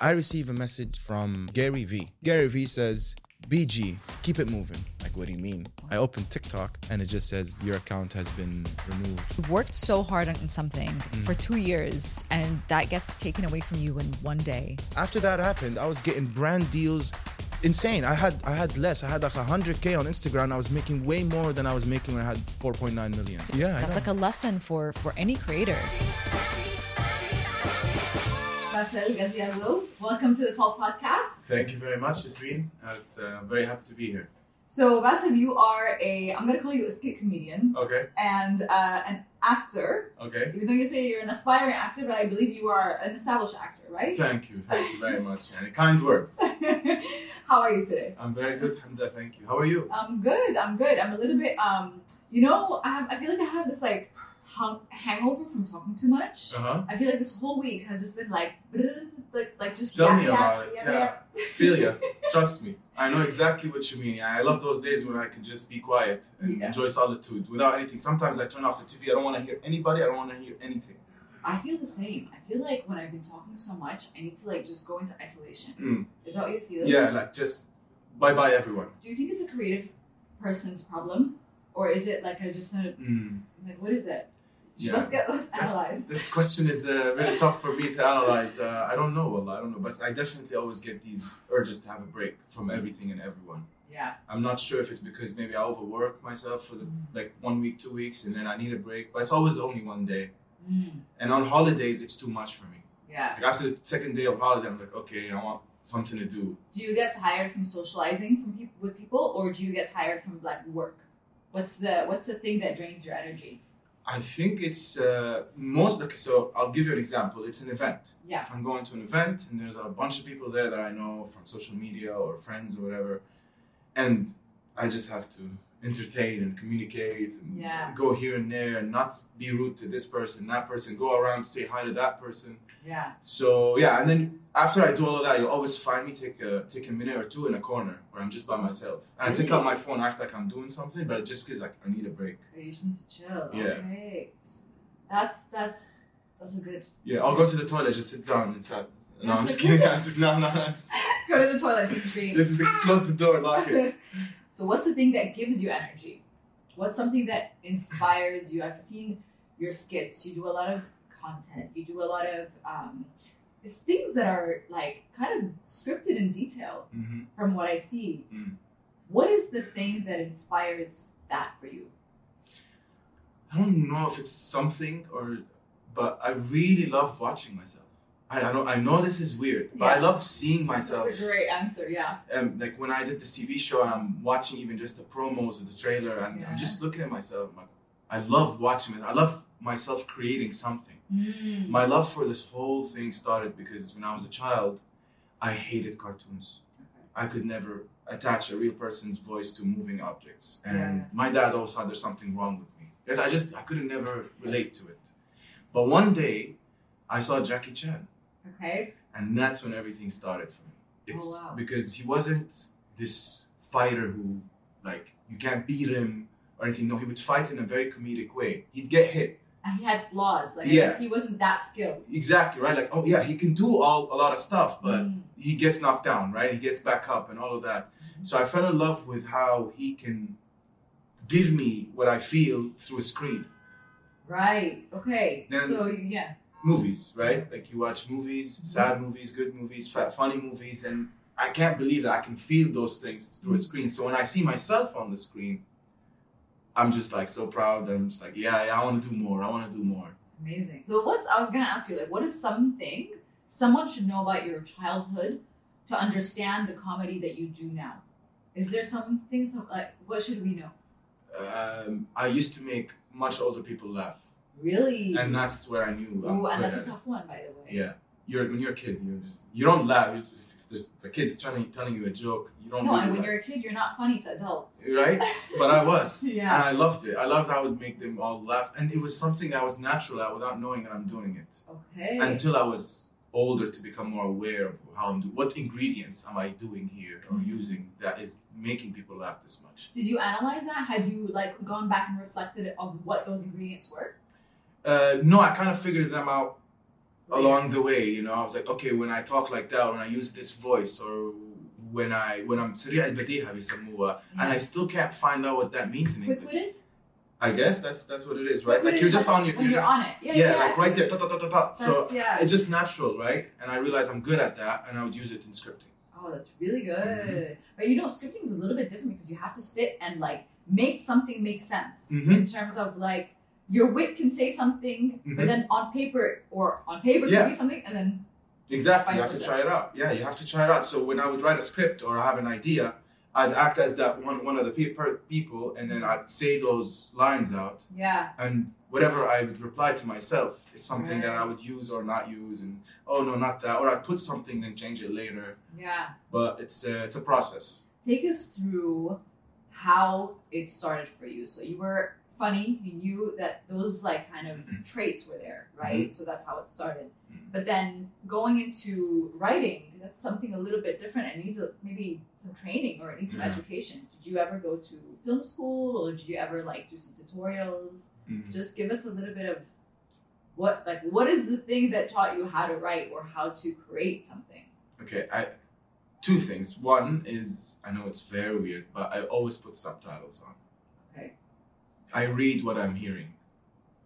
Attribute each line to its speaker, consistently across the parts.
Speaker 1: I receive a message from Gary V. Gary V says, BG, keep it moving. Like, what do you mean? I open TikTok and it just says your account has been removed.
Speaker 2: You've worked so hard on something for two years, and that gets taken away from you in one day.
Speaker 1: After that happened, I was getting brand deals insane. I had I had less. I had like 100k on Instagram. I was making way more than I was making when I had 4.9 million. Yeah, I
Speaker 2: That's
Speaker 1: know.
Speaker 2: like a lesson for for any creator.
Speaker 3: Marcel Gaziazo, welcome to the Pulp Podcast.
Speaker 4: Thank you very much, Yasmin. Uh, It's uh, very happy to be here.
Speaker 3: So, Basil, you are a, I'm going to call you a skit comedian
Speaker 4: Okay,
Speaker 3: and uh, an actor.
Speaker 4: okay.
Speaker 3: Even though you say you're an aspiring actor, but I believe you are an established actor, right?
Speaker 4: Thank you, thank you very much. And kind words.
Speaker 3: How are you today?
Speaker 4: I'm very good, Alhamdulillah, thank you. How are you?
Speaker 3: I'm good. I'm good. I'm a little bit, um, you know, I, have, I feel like I have this like hung, hangover from talking too much.
Speaker 4: Uh-huh.
Speaker 3: I feel like this whole week has just been like, like, like just
Speaker 4: Tell
Speaker 3: yap,
Speaker 4: me
Speaker 3: yap,
Speaker 4: about it.
Speaker 3: yap,
Speaker 4: Yeah.
Speaker 3: yap.
Speaker 4: Feel ya. Trust me. I know exactly what you mean. I love those days when I can just be quiet and
Speaker 3: Yeah.
Speaker 4: enjoy solitude without anything. Sometimes I turn off the TV. I don't want to hear anybody. I don't want to hear anything.
Speaker 3: I feel the same. I feel like when I've been talking so much, I need to like just go into isolation.
Speaker 4: Mm.
Speaker 3: Is that what you feel?
Speaker 4: Yeah, like just bye bye everyone.
Speaker 3: Do you think it's a creative person's problem, or is it like a just a
Speaker 4: Mm.
Speaker 3: like what is it? Just
Speaker 4: Yeah.
Speaker 3: Let's get let's
Speaker 4: That's-
Speaker 3: analyze.
Speaker 4: This question is uh, really tough for me to analyze. Uh, I don't know, Allah, I don't know. But I definitely always get these urges to have a break from everything and everyone.
Speaker 3: Yeah.
Speaker 4: I'm not sure if it's because maybe I overwork myself for the like one week, two weeks, and then I need a break. But it's always only one day.
Speaker 3: Mm.
Speaker 4: And on holidays, it's too much for me.
Speaker 3: Yeah.
Speaker 4: Like after the second day of holiday, I'm like, okay, I want something to do.
Speaker 3: Do you get tired from socializing from peop with people, or do you get tired from like work? What's the what's the thing that drains your energy?
Speaker 4: I think it's uh, most okay. So I'll give you an example. It's an event.
Speaker 3: Yeah.
Speaker 4: If I'm going to an event and there's a bunch of people there that I know from social media or friends or whatever, and I just have to entertain and communicate and
Speaker 3: Yeah.
Speaker 4: go here and there and not be rude to this person, that person, go around say hi to that person.
Speaker 3: Yeah.
Speaker 4: So yeah, and then after I do all of that, you'll always find me take a take a minute or two in a corner where I'm just by myself. And I take out my phone, act like I'm doing something, but just because like I need a break.
Speaker 3: You just need to chill.
Speaker 4: Yeah.
Speaker 3: Okay. That's that's that's a good.
Speaker 4: Yeah, I'll go to the toilet, just sit down and sat. No, I'm
Speaker 3: That's
Speaker 4: just
Speaker 3: okay.
Speaker 4: kidding. I'm just- no, no, no.
Speaker 3: Go to the toilet. Just scream.
Speaker 4: This is close the door, lock it.
Speaker 3: so what's the thing that gives you energy? What's something that inspires you? I've seen your skits. You do a lot of content. You do a lot of um, it's things that are like kind of scripted in detail
Speaker 4: Mhm.
Speaker 3: from what I see.
Speaker 4: Mm.
Speaker 3: What is the thing that inspires that for you?
Speaker 4: I don't know if it's something or, but I really love watching myself. I, I don't. I know this is weird, but I
Speaker 3: Yeah.
Speaker 4: love seeing myself.
Speaker 3: That's a great answer. Yeah.
Speaker 4: um, like when I did this TV show and I'm watching even just the promos or the trailer and
Speaker 3: Yeah.
Speaker 4: I'm just looking at myself. I'm like, I love watching it. I love myself creating something.
Speaker 3: Hmm.
Speaker 4: My love for this whole thing started because when I was a child, I hated cartoons. I could never attach a real person's voice to moving objects, and
Speaker 3: Yeah.
Speaker 4: my dad always thought there's something wrong with me. Because I just I couldn't never relate to it. But one day, I saw Jackie Chan
Speaker 3: Okay.
Speaker 4: and that's when everything started for me. It's
Speaker 3: Oh, wow.
Speaker 4: because he wasn't this fighter who like you can't beat him or anything. No, he would fight in a very comedic way. He'd get hit.
Speaker 3: And he had flaws. Like I
Speaker 4: Yeah.
Speaker 3: guess he wasn't that skilled.
Speaker 4: Exactly, right? Like, oh yeah, he can do all a lot of stuff, but
Speaker 3: Mm.
Speaker 4: he gets knocked down, right? He gets back up and all of that. So I fell in love with how he can give me what I feel through a screen.
Speaker 3: Right. Okay.
Speaker 4: Then-
Speaker 3: so yeah.
Speaker 4: movies, right? Like you watch movies, sad movies, good movies, fa- funny movies, and I can't believe that I can feel those things through a screen. So when I see myself on the screen, I'm just like so proud. I'm just like, yeah, yeah I want to do more. I want to do more.
Speaker 3: Amazing. So what's I was gonna ask you like what is something someone should know about your childhood to understand the comedy that you do now? Is there something some, like what should we know?
Speaker 4: Um, I used to make much older people laugh,
Speaker 3: Really?
Speaker 4: and that's where I knew. I'm
Speaker 3: Ooh, and
Speaker 4: good
Speaker 3: that's a
Speaker 4: at it.
Speaker 3: tough one by the way.
Speaker 4: Yeah, you're when you're a kid, you're just you don't laugh. If, if, there's, if a kid's telling telling you a joke, you don't.
Speaker 3: No,
Speaker 4: really
Speaker 3: and when
Speaker 4: laugh.
Speaker 3: you're a kid, you're not funny to adults.
Speaker 4: right? But I was,
Speaker 3: Yeah.
Speaker 4: and I loved it. I loved how it would make them all laugh, and it was something that was natural at without knowing that I'm doing it
Speaker 3: Okay.
Speaker 4: until I was older to become more aware of how I'm doing. What ingredients am I doing here or
Speaker 3: Mhm.
Speaker 4: using that is making people laugh this much?
Speaker 3: Did you analyze that? Had you like gone back and reflected of what those ingredients were?
Speaker 4: Uh, no, I kind of figured them out along the way, you know, I was like, okay, when I talk like that, when I use this voice, or when I when I'm سريع البديهة بيسموها, and I still can't find out what that means in
Speaker 3: Quick
Speaker 4: English.
Speaker 3: wouldn't?
Speaker 4: I guess that's that's what it is,
Speaker 3: Quick
Speaker 4: right? Like
Speaker 3: wouldn't
Speaker 4: you're just
Speaker 3: when-
Speaker 4: on your,
Speaker 3: when
Speaker 4: you're
Speaker 3: you're
Speaker 4: just,
Speaker 3: on it. Yeah,
Speaker 4: yeah, like right there, ta ta ta ta ta. So
Speaker 3: That's- yeah.
Speaker 4: it's just natural, right? And I realized I'm good at that, and I would use it in scripting.
Speaker 3: Oh, that's really good.
Speaker 4: Mm-hmm.
Speaker 3: But you know, scripting is a little bit different because you have to sit and like make something make sense
Speaker 4: Mhm.
Speaker 3: in terms of like your wit can say something,
Speaker 4: Mhm.
Speaker 3: but then on paper or on paper it
Speaker 4: Yeah.
Speaker 3: can be something, and then
Speaker 4: Exactly. You
Speaker 3: Vice
Speaker 4: have to
Speaker 3: versa.
Speaker 4: try it out. Yeah, you have to try it out. So when I would write a script or have an idea, I'd act as that one one of the pe- per- people, and then I'd say those lines out,
Speaker 3: yeah,
Speaker 4: and whatever I would reply to myself is something that
Speaker 3: Right.
Speaker 4: I would use or not use, and oh no, not that, or I put something and change it later.
Speaker 3: yeah.
Speaker 4: But it's uh, it's a process.
Speaker 3: Take us through how it started for you. So you were funny. You knew that those like kind of traits were there, right? So that's how it started.
Speaker 4: Mhm.
Speaker 3: But then going into writing, that's something a little bit different. It needs a, maybe some training or it needs some
Speaker 4: Yeah.
Speaker 3: education. Did you ever go to film school or did you ever like do some tutorials?
Speaker 4: Mhm.
Speaker 3: Just give us a little bit of what like what is the thing that taught you how to write or how to create something?
Speaker 4: Okay, I two things. One is I know it's very weird, but I always put subtitles on.
Speaker 3: Okay.
Speaker 4: I read what I'm hearing,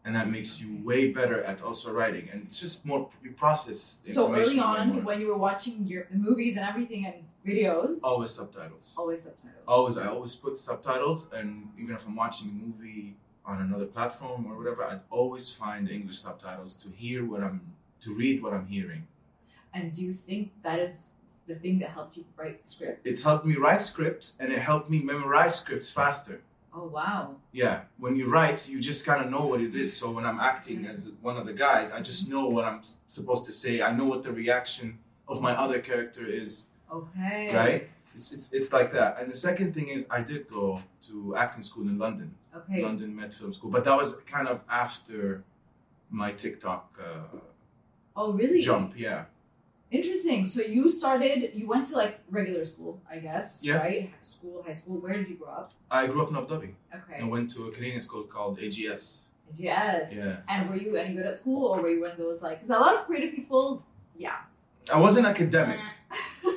Speaker 4: and that makes you
Speaker 3: Mm-hmm.
Speaker 4: way better at also writing, and it's just more you process. the
Speaker 3: So early
Speaker 4: information way
Speaker 3: on,
Speaker 4: more.
Speaker 3: when you were watching your the movies and everything and videos,
Speaker 4: always subtitles.
Speaker 3: always subtitles.
Speaker 4: Always, I always put subtitles, and even if I'm watching a movie on another platform or whatever, I'd always find English subtitles to hear what I'm to read what I'm hearing.
Speaker 3: And do you think that is the thing that helped you write script?
Speaker 4: It's helped me write scripts, and it helped me memorize scripts faster.
Speaker 3: Oh wow.
Speaker 4: Yeah, when you write, you just kind of know what it is. So when I'm acting as one of the guys, I just know what I'm s- supposed to say. I know what the reaction of my other character is.
Speaker 3: Okay.
Speaker 4: Right? It's, it's, it's like that. And the second thing is, I did go to acting school in London,
Speaker 3: Okay.
Speaker 4: London Met Film School, but that was kind of after my TikTok uh,
Speaker 3: Oh really?
Speaker 4: jump. Yeah,
Speaker 3: Interesting. So you started. You went to like regular school, I guess.
Speaker 4: Yeah.
Speaker 3: Right. High School, high school. Where did you grow up?
Speaker 4: I grew up in Abu Dhabi
Speaker 3: Okay.
Speaker 4: and went to a Canadian school called AGS.
Speaker 3: Yes.
Speaker 4: Yeah.
Speaker 3: And were you any good at school, or were you one of those like? Because a lot of creative people. Yeah.
Speaker 4: I wasn't academic.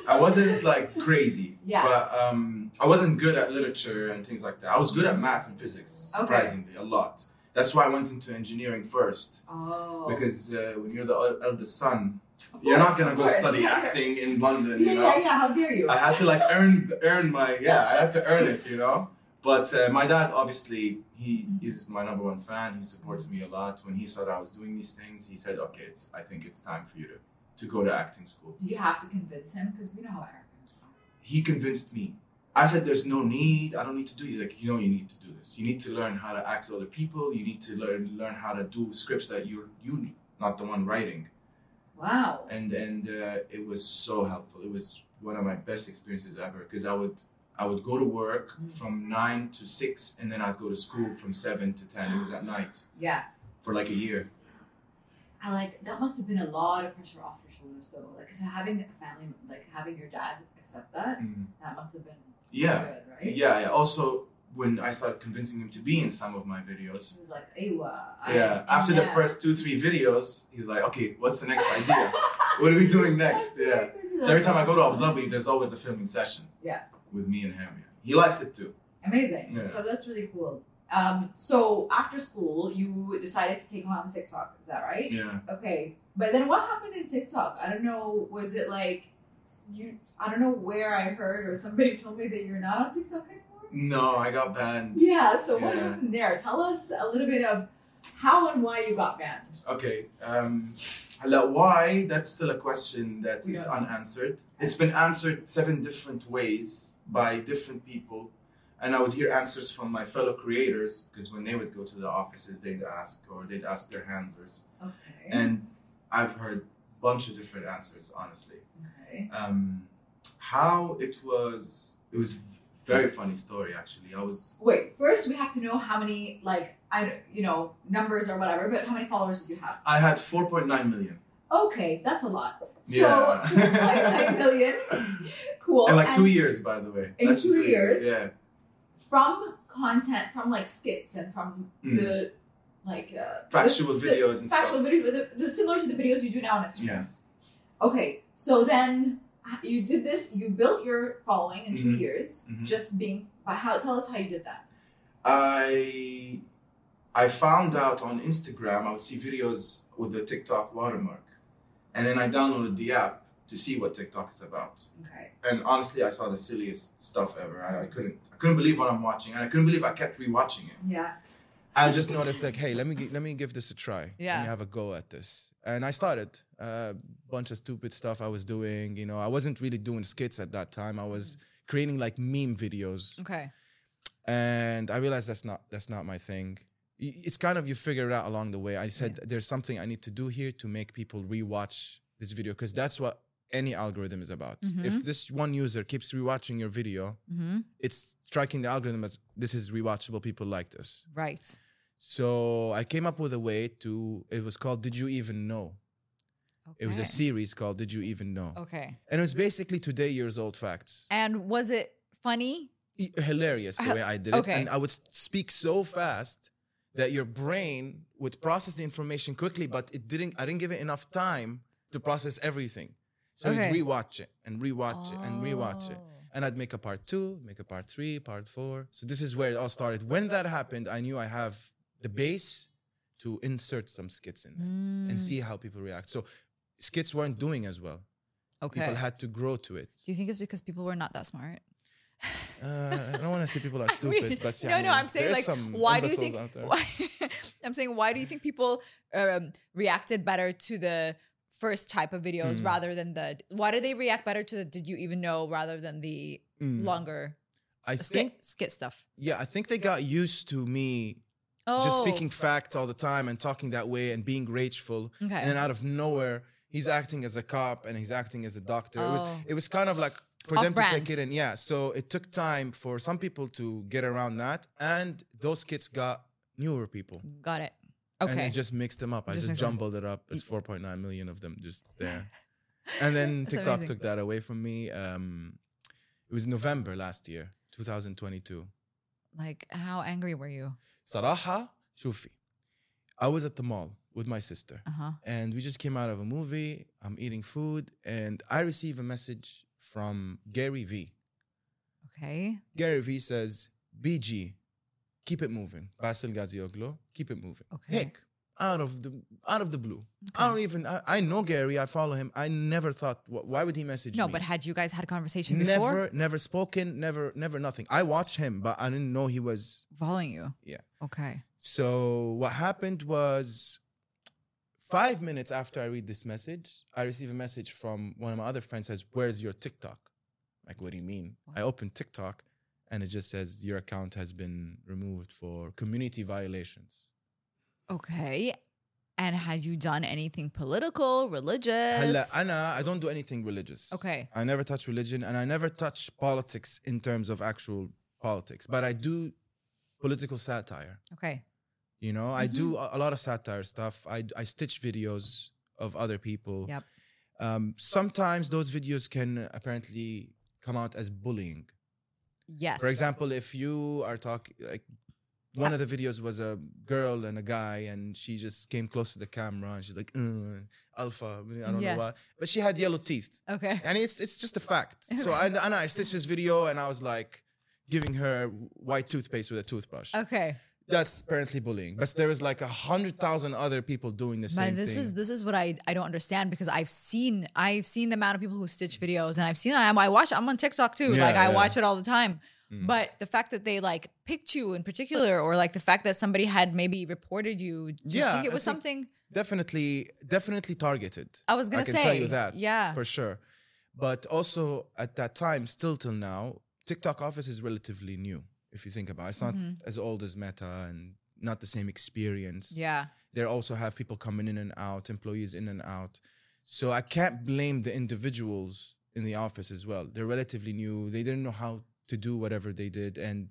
Speaker 4: I wasn't like crazy.
Speaker 3: yeah.
Speaker 4: But um, I wasn't good at literature and things like that. I was good at math and physics,
Speaker 3: Okay.
Speaker 4: surprisingly, a lot. That's why I went into engineering first.
Speaker 3: oh.
Speaker 4: Because uh, when you're the el- eldest son,
Speaker 3: Of
Speaker 4: you're not
Speaker 3: course,
Speaker 4: gonna
Speaker 3: of
Speaker 4: go
Speaker 3: course.
Speaker 4: study
Speaker 3: Yeah.
Speaker 4: acting in London,
Speaker 3: Yeah,
Speaker 4: you
Speaker 3: yeah,
Speaker 4: know.
Speaker 3: yeah. How dare you?
Speaker 4: I had to like earn earn my yeah, I had to earn it, you know. But uh, my dad, obviously, he is my number one fan. He supports me a lot. When he saw that I was doing these things, he said, "Okay, it's, I think it's time for you to to go to acting school."
Speaker 3: Did you have to convince him? Because we know how arrogant is.
Speaker 4: he convinced me. I said, "There's no need. I don't need to do." He's like, "You know, you need to do this. You need to learn how to act with other people. You need to learn learn how to do scripts that you're you not the one writing."
Speaker 3: Wow.
Speaker 4: And and uh, it was so helpful. It was one of my best experiences ever because I would I would go to work
Speaker 3: Mm.
Speaker 4: from nine to six, and then I'd go to school from seven to ten. It was at night
Speaker 3: Yeah.
Speaker 4: for like a year.
Speaker 3: I like that must have been a lot of pressure off your shoulders though. Like if having a family, like having your dad accept that, that must have been
Speaker 4: Mm-hmm. Yeah,
Speaker 3: good, right?
Speaker 4: yeah. yeah. Also, when I started convincing him to be in some of my videos,
Speaker 3: He was like, "Ewa." I-
Speaker 4: Yeah. After the
Speaker 3: yeah.
Speaker 4: first two, three videos, he's like, okay, what's the next idea? what are we doing next? Yeah. So every time I go to Abu Dhabi, there's always a filming session.
Speaker 3: Yeah.
Speaker 4: With me and him. yeah. He likes it too.
Speaker 3: Amazing.
Speaker 4: Yeah.
Speaker 3: So that's really cool. Um, so after school, you decided to take on TikTok. Is that right?
Speaker 4: Yeah.
Speaker 3: Okay. But then what happened in TikTok? I don't know. Was it like you? I don't know where I heard or somebody told me that you're not on TikTok anymore.
Speaker 4: No, I got banned.
Speaker 3: Yeah, so what
Speaker 4: Yeah.
Speaker 3: happened there? Tell us a little bit of how and why you got banned.
Speaker 4: Okay. Um, هلا, why? That's still a question that is
Speaker 3: Yeah.
Speaker 4: unanswered. It's been answered seven different ways by different people. And I would hear answers from my fellow creators because when they would go to the offices, they'd ask, or they'd ask their handlers.
Speaker 3: Okay.
Speaker 4: and I've heard a bunch of different answers, honestly.
Speaker 3: okay.
Speaker 4: Um, how it was, it was a very funny story, actually. I was,
Speaker 3: Wait, first we have to know how many like I don't- you know, numbers or whatever, but how many followers do you have?
Speaker 4: I had 4.9 million
Speaker 3: Okay, that's a lot.
Speaker 4: Yeah.
Speaker 3: So 1.9 million. Cool.
Speaker 4: in like two
Speaker 3: And
Speaker 4: years, by the way.
Speaker 3: In
Speaker 4: That's
Speaker 3: two years?
Speaker 4: Yeah.
Speaker 1: Hmm.
Speaker 3: from content, from like skits and from
Speaker 4: Mm.
Speaker 3: the
Speaker 5: like uh,
Speaker 4: Factual
Speaker 5: the- the-
Speaker 4: videos and
Speaker 5: factual
Speaker 4: stuff.
Speaker 5: videos, the, the similar to the videos you do now on Instagram.
Speaker 4: Yes.
Speaker 5: Okay, so then h- you did this. You built your following in two
Speaker 1: Mm-hmm.
Speaker 4: Mhm.
Speaker 5: years,
Speaker 4: Mhm.
Speaker 5: just being. But how? Tell us how you did that.
Speaker 4: I I found out on Instagram I would see videos with the TikTok watermark, and then I downloaded the app to see what TikTok is about.
Speaker 5: Okay.
Speaker 4: And honestly, I saw the silliest stuff ever. I, I couldn't I couldn't believe what I'm watching, and I couldn't believe I kept rewatching it.
Speaker 5: Yeah.
Speaker 1: I just noticed like, hey, let me gi- let me give this a try.
Speaker 3: Yeah.
Speaker 1: Let me have a go at this. And I started a bunch of stupid stuff I was doing. You know, I wasn't really doing skits at that time. I was creating like meme videos,
Speaker 3: Okay.
Speaker 1: and I realized that's not that's not my thing. Y- It's kind of you figure it out along the way. I said there's something I need to do here to make people rewatch this video because that's what any algorithm is about. If this one user keeps rewatching your video,
Speaker 3: hmm
Speaker 1: it's striking the algorithm as this is rewatchable. People like this.
Speaker 3: Right.
Speaker 1: So I came up with a way to. It was called "Did You Even Know."
Speaker 3: Okay.
Speaker 1: It was a series called "Did You Even Know,"
Speaker 3: Okay.
Speaker 1: and it was basically today years old facts.
Speaker 3: And was it funny?
Speaker 1: E- Hilarious the way I did it,
Speaker 3: Okay.
Speaker 1: and I would s- speak so fast that your brain would process the information quickly, but it didn't. I didn't give it enough time to process everything, so
Speaker 3: Okay.
Speaker 1: you'd rewatch it and rewatch it and rewatch it.
Speaker 3: Oh.
Speaker 1: And I'd make a part two, make a part three, part four. So this is where it all started. When that happened, I knew I have the base to insert some skits in
Speaker 3: Mm.
Speaker 1: there and see how people react. So skits weren't doing as well.
Speaker 3: Okay.
Speaker 1: People had to grow to it.
Speaker 3: Do you think it's because people were not that smart?
Speaker 1: Uh, I don't want to say people are
Speaker 3: I mean,
Speaker 1: stupid, but yeah,
Speaker 3: no, no, I'm saying
Speaker 1: there's
Speaker 3: like,
Speaker 1: some
Speaker 3: why do you
Speaker 1: imbeciles
Speaker 3: think?
Speaker 1: out there.
Speaker 3: Why, I'm saying, why do you think people um, reacted better to the first type of videos
Speaker 1: Mm.
Speaker 3: rather than the? Why do they react better to the? Did you even know rather than the
Speaker 1: Mm.
Speaker 3: longer?
Speaker 1: I
Speaker 3: skit,
Speaker 1: think
Speaker 3: skit stuff.
Speaker 1: yeah, I think they got used to me
Speaker 3: Oh,
Speaker 1: just speaking facts all the time and talking that way and being rageful.
Speaker 3: Oh, Okay.
Speaker 1: And then out of nowhere, he's acting as a cop and he's acting as a doctor. It was
Speaker 3: Oh.
Speaker 1: it was kind of like for them to
Speaker 3: Off-brand.
Speaker 1: take it in. Yeah. So it took time for some people to get around that. And those kids got newer people.
Speaker 3: Got it.
Speaker 1: And
Speaker 3: Okay.
Speaker 1: it just mixed them up. I
Speaker 3: Just
Speaker 1: just,
Speaker 3: mixed them up.
Speaker 1: jumbled it up. It's 4.9 million of them just there. And then
Speaker 3: That's
Speaker 1: TikTok
Speaker 3: amazing.
Speaker 1: took that away from me. Um, it was November last year, 2022.
Speaker 3: like, how angry were you?
Speaker 1: Saraha Shufi. I was at the mall with my sister
Speaker 3: Uh huh.
Speaker 1: and we just came out of a movie. I'm eating food and I receive a message from Gary V.
Speaker 3: Okay.
Speaker 1: Gary V says, BG, keep it moving. Basil Gazioglu, keep it moving.
Speaker 3: Okay.
Speaker 1: Heck, out of the out of the blue. I don't even I, I know Gary, I follow him. I never thought wh- why would he message
Speaker 3: No,
Speaker 1: me?
Speaker 3: but had you guys had a conversation before
Speaker 1: never never spoken, never never nothing. I watched him, but I didn't know he was
Speaker 3: following you?
Speaker 1: Yeah.
Speaker 3: Okay.
Speaker 1: So what happened was five minutes after I read this message, I receive a message from one of my other friends says, Where's your TikTok? Like, what do you mean? I open TikTok and it just says your account has been removed for community violations.
Speaker 3: Okay. And had you done anything political, religious?
Speaker 1: Hella, Anna, I don't do anything religious.
Speaker 3: Okay.
Speaker 1: I never touch religion and I never touch politics in terms of actual politics, but I do political satire.
Speaker 3: Okay.
Speaker 1: You know, I do
Speaker 3: Mm-hmm.
Speaker 1: a, a lot of satire stuff. I I stitch videos of other people.
Speaker 3: Yep.
Speaker 1: Um, sometimes those videos can apparently come out as bullying.
Speaker 3: Yes.
Speaker 1: For example, if you are talking like one of the videos was a girl and a guy, and she just came close to the camera and she's like, "Uh, "Alpha," I don't
Speaker 3: Yeah.
Speaker 1: know why, but she had yellow teeth,
Speaker 3: Okay.
Speaker 1: and it's it's just a fact. So I, and I stitched this video, and I was like giving her white toothpaste with a toothbrush
Speaker 3: Okay.
Speaker 1: that's apparently bullying. But there is like a hundred thousand other people doing the same
Speaker 3: Man, this
Speaker 1: thing.
Speaker 3: is this is what I, I don't understand because I've seen I've seen the amount of people who stitch videos and I've seen I, I watch I'm on TikTok too.
Speaker 1: Yeah,
Speaker 3: like I
Speaker 1: yeah. Mm.
Speaker 3: watch it all the time. But the fact that they like picked you in particular, or like the fact that somebody had maybe reported you, do you
Speaker 1: Yeah,
Speaker 3: think it
Speaker 1: I
Speaker 3: was
Speaker 1: think-
Speaker 3: something.
Speaker 1: definitely, definitely targeted.
Speaker 3: I was gonna
Speaker 1: I can
Speaker 3: say,
Speaker 1: tell you that.
Speaker 3: yeah.
Speaker 1: for sure. But also at that time, still till now, TikTok Office is relatively new. If you think about it, it's not
Speaker 3: Mm-hmm.
Speaker 1: as old as Meta and not the same experience.
Speaker 3: Yeah,
Speaker 1: They also have people coming in and out, employees in and out. So I can't blame the individuals in the office as well. They're relatively new. They didn't know how to do whatever they did, and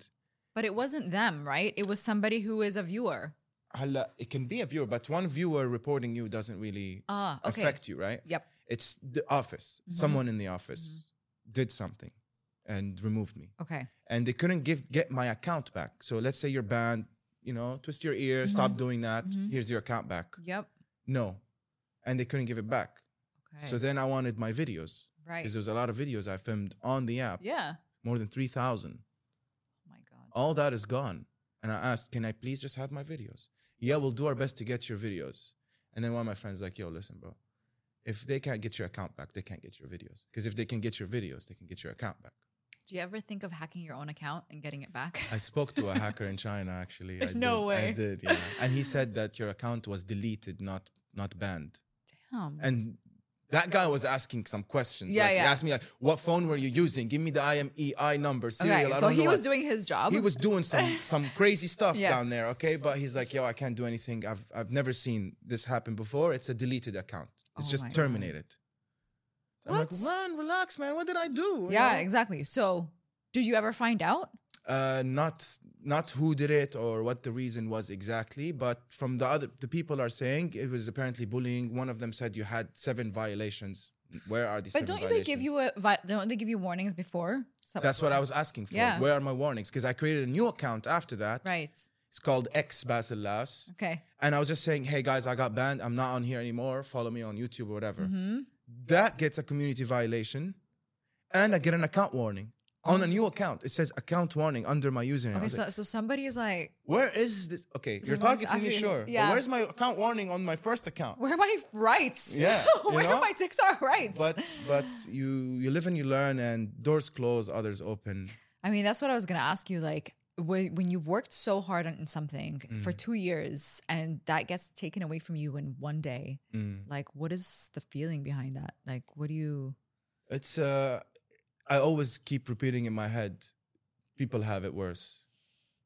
Speaker 3: but it wasn't them, right? It was somebody who is a viewer.
Speaker 1: هلا it can be a viewer but one viewer reporting you doesn't really
Speaker 3: Ah, okay.
Speaker 1: affect you right
Speaker 3: Yep. Mm-hmm.
Speaker 1: it's the office someone in the office did something and removed me
Speaker 3: Okay.
Speaker 1: and they couldn't give get my account back so let's say you're banned you know, twist your ear, stop doing that.
Speaker 3: Mhm.
Speaker 1: Here's your account back.
Speaker 3: Yep.
Speaker 1: No. And they couldn't give it back.
Speaker 3: Okay.
Speaker 1: So then I wanted my videos
Speaker 3: right.
Speaker 1: because there was a lot of videos I filmed on the app,
Speaker 3: yeah.
Speaker 1: more than 3,000.
Speaker 3: Oh my god.
Speaker 1: All that is gone. And I asked, can I please just have my videos? Yeah, we'll do our best to get your videos. And then one of my friends like, yo, listen, bro, if they can't get your account back, they can't get your videos. Because if they can get your videos, they can get your account back.
Speaker 3: Do you ever think of hacking your own account and getting it back?
Speaker 1: I spoke to a hacker in China actually. I
Speaker 3: No
Speaker 1: did.
Speaker 3: way.
Speaker 1: I did, yeah. And he said that your account was deleted, not not banned.
Speaker 3: Damn.
Speaker 1: And that guy was asking some questions.
Speaker 3: Yeah,
Speaker 1: like, He
Speaker 3: yeah.
Speaker 1: asked me like, "What phone were you using? Give me the IMEI number, serial."
Speaker 3: okay.
Speaker 1: I
Speaker 3: So
Speaker 1: don't
Speaker 3: he
Speaker 1: know
Speaker 3: was
Speaker 1: what-
Speaker 3: doing his job.
Speaker 1: he was doing some some crazy stuff
Speaker 3: Yeah.
Speaker 1: down there, okay? But he's like, "Yo, I can't do anything. I've I've never seen this happen before. It's a deleted account. It's
Speaker 3: Oh
Speaker 1: just
Speaker 3: my God.
Speaker 1: terminated." I'm like,
Speaker 3: What?
Speaker 1: "Man, relax, man. What did I do?" You
Speaker 3: Yeah.
Speaker 1: know?
Speaker 3: Exactly. So did you ever find out?
Speaker 1: uh, not not who did it or what the reason was exactly, but from the other the people are saying it was apparently bullying. One of them said you had seven violations. Where are these?
Speaker 3: But
Speaker 1: do
Speaker 3: don't they give you a vi- don't they give you warnings before? So-
Speaker 1: That's what I was asking for.
Speaker 3: Yeah.
Speaker 1: Where are my warnings? Because I created a new account after that.
Speaker 3: Right.
Speaker 1: It's called X Basil Lass.
Speaker 3: Okay.
Speaker 1: And I was just saying, hey guys, I got banned. I'm not on here anymore. Follow me on YouTube or whatever.
Speaker 3: Mm-hmm.
Speaker 1: That gets a community violation. And I get an account warning on a new account. It says account warning under my username. I
Speaker 3: Oh. Okay.
Speaker 1: was like,
Speaker 3: So so somebody is like,
Speaker 1: Where is this? Okay, you're
Speaker 3: Someone's
Speaker 1: targeting me,
Speaker 3: after you.
Speaker 1: sure.
Speaker 3: Yeah.
Speaker 1: But where's my account warning on my first account?
Speaker 3: where are my rights?
Speaker 1: Yeah, you
Speaker 3: where
Speaker 1: know?
Speaker 3: are my TikTok rights?
Speaker 1: But but you you live and you learn, and doors close, others open.
Speaker 3: I mean, that's what I was going to ask you. Like, whe- when you've worked so hard on something
Speaker 1: Mm.
Speaker 3: for two years and that gets taken away from you in one day,
Speaker 1: Mm.
Speaker 3: like, what is the feeling behind that? Like, what do you.
Speaker 1: It's uh, I always keep repeating in my head, people have it worse.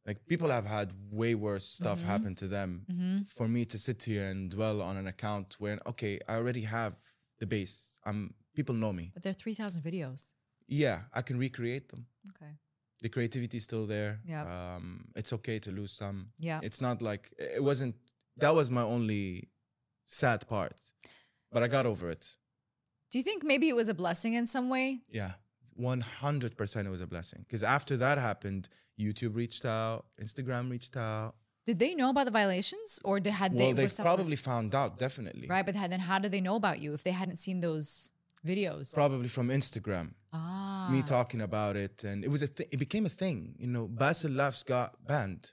Speaker 1: Like people have had way worse stuff happen to them. For me to sit here and dwell on an account where okay, I already have the base. I'm people know me.
Speaker 3: But there are 3,000 videos.
Speaker 1: Yeah, I can recreate them.
Speaker 3: Okay.
Speaker 1: the creativity is still there.
Speaker 3: Yeah.
Speaker 1: Um, it's okay to lose some.
Speaker 3: Yeah.
Speaker 1: It's not like it wasn't. That was my only sad part, but I got over it.
Speaker 3: Do you think maybe it was a blessing in some way?
Speaker 1: Yeah, one hundred percent. It was a blessing because after that happened, YouTube reached out, Instagram reached out.
Speaker 3: Did they know about the violations or they, had
Speaker 1: Well,
Speaker 3: they
Speaker 1: they
Speaker 3: was
Speaker 1: have
Speaker 3: separate-
Speaker 1: probably found out definitely.
Speaker 3: Right. But then how did they know about you if they hadn't seen those videos?
Speaker 1: Probably from Instagram.
Speaker 3: ah.
Speaker 1: me talking about it and it was a thing it became a thing you know basil laughs got banned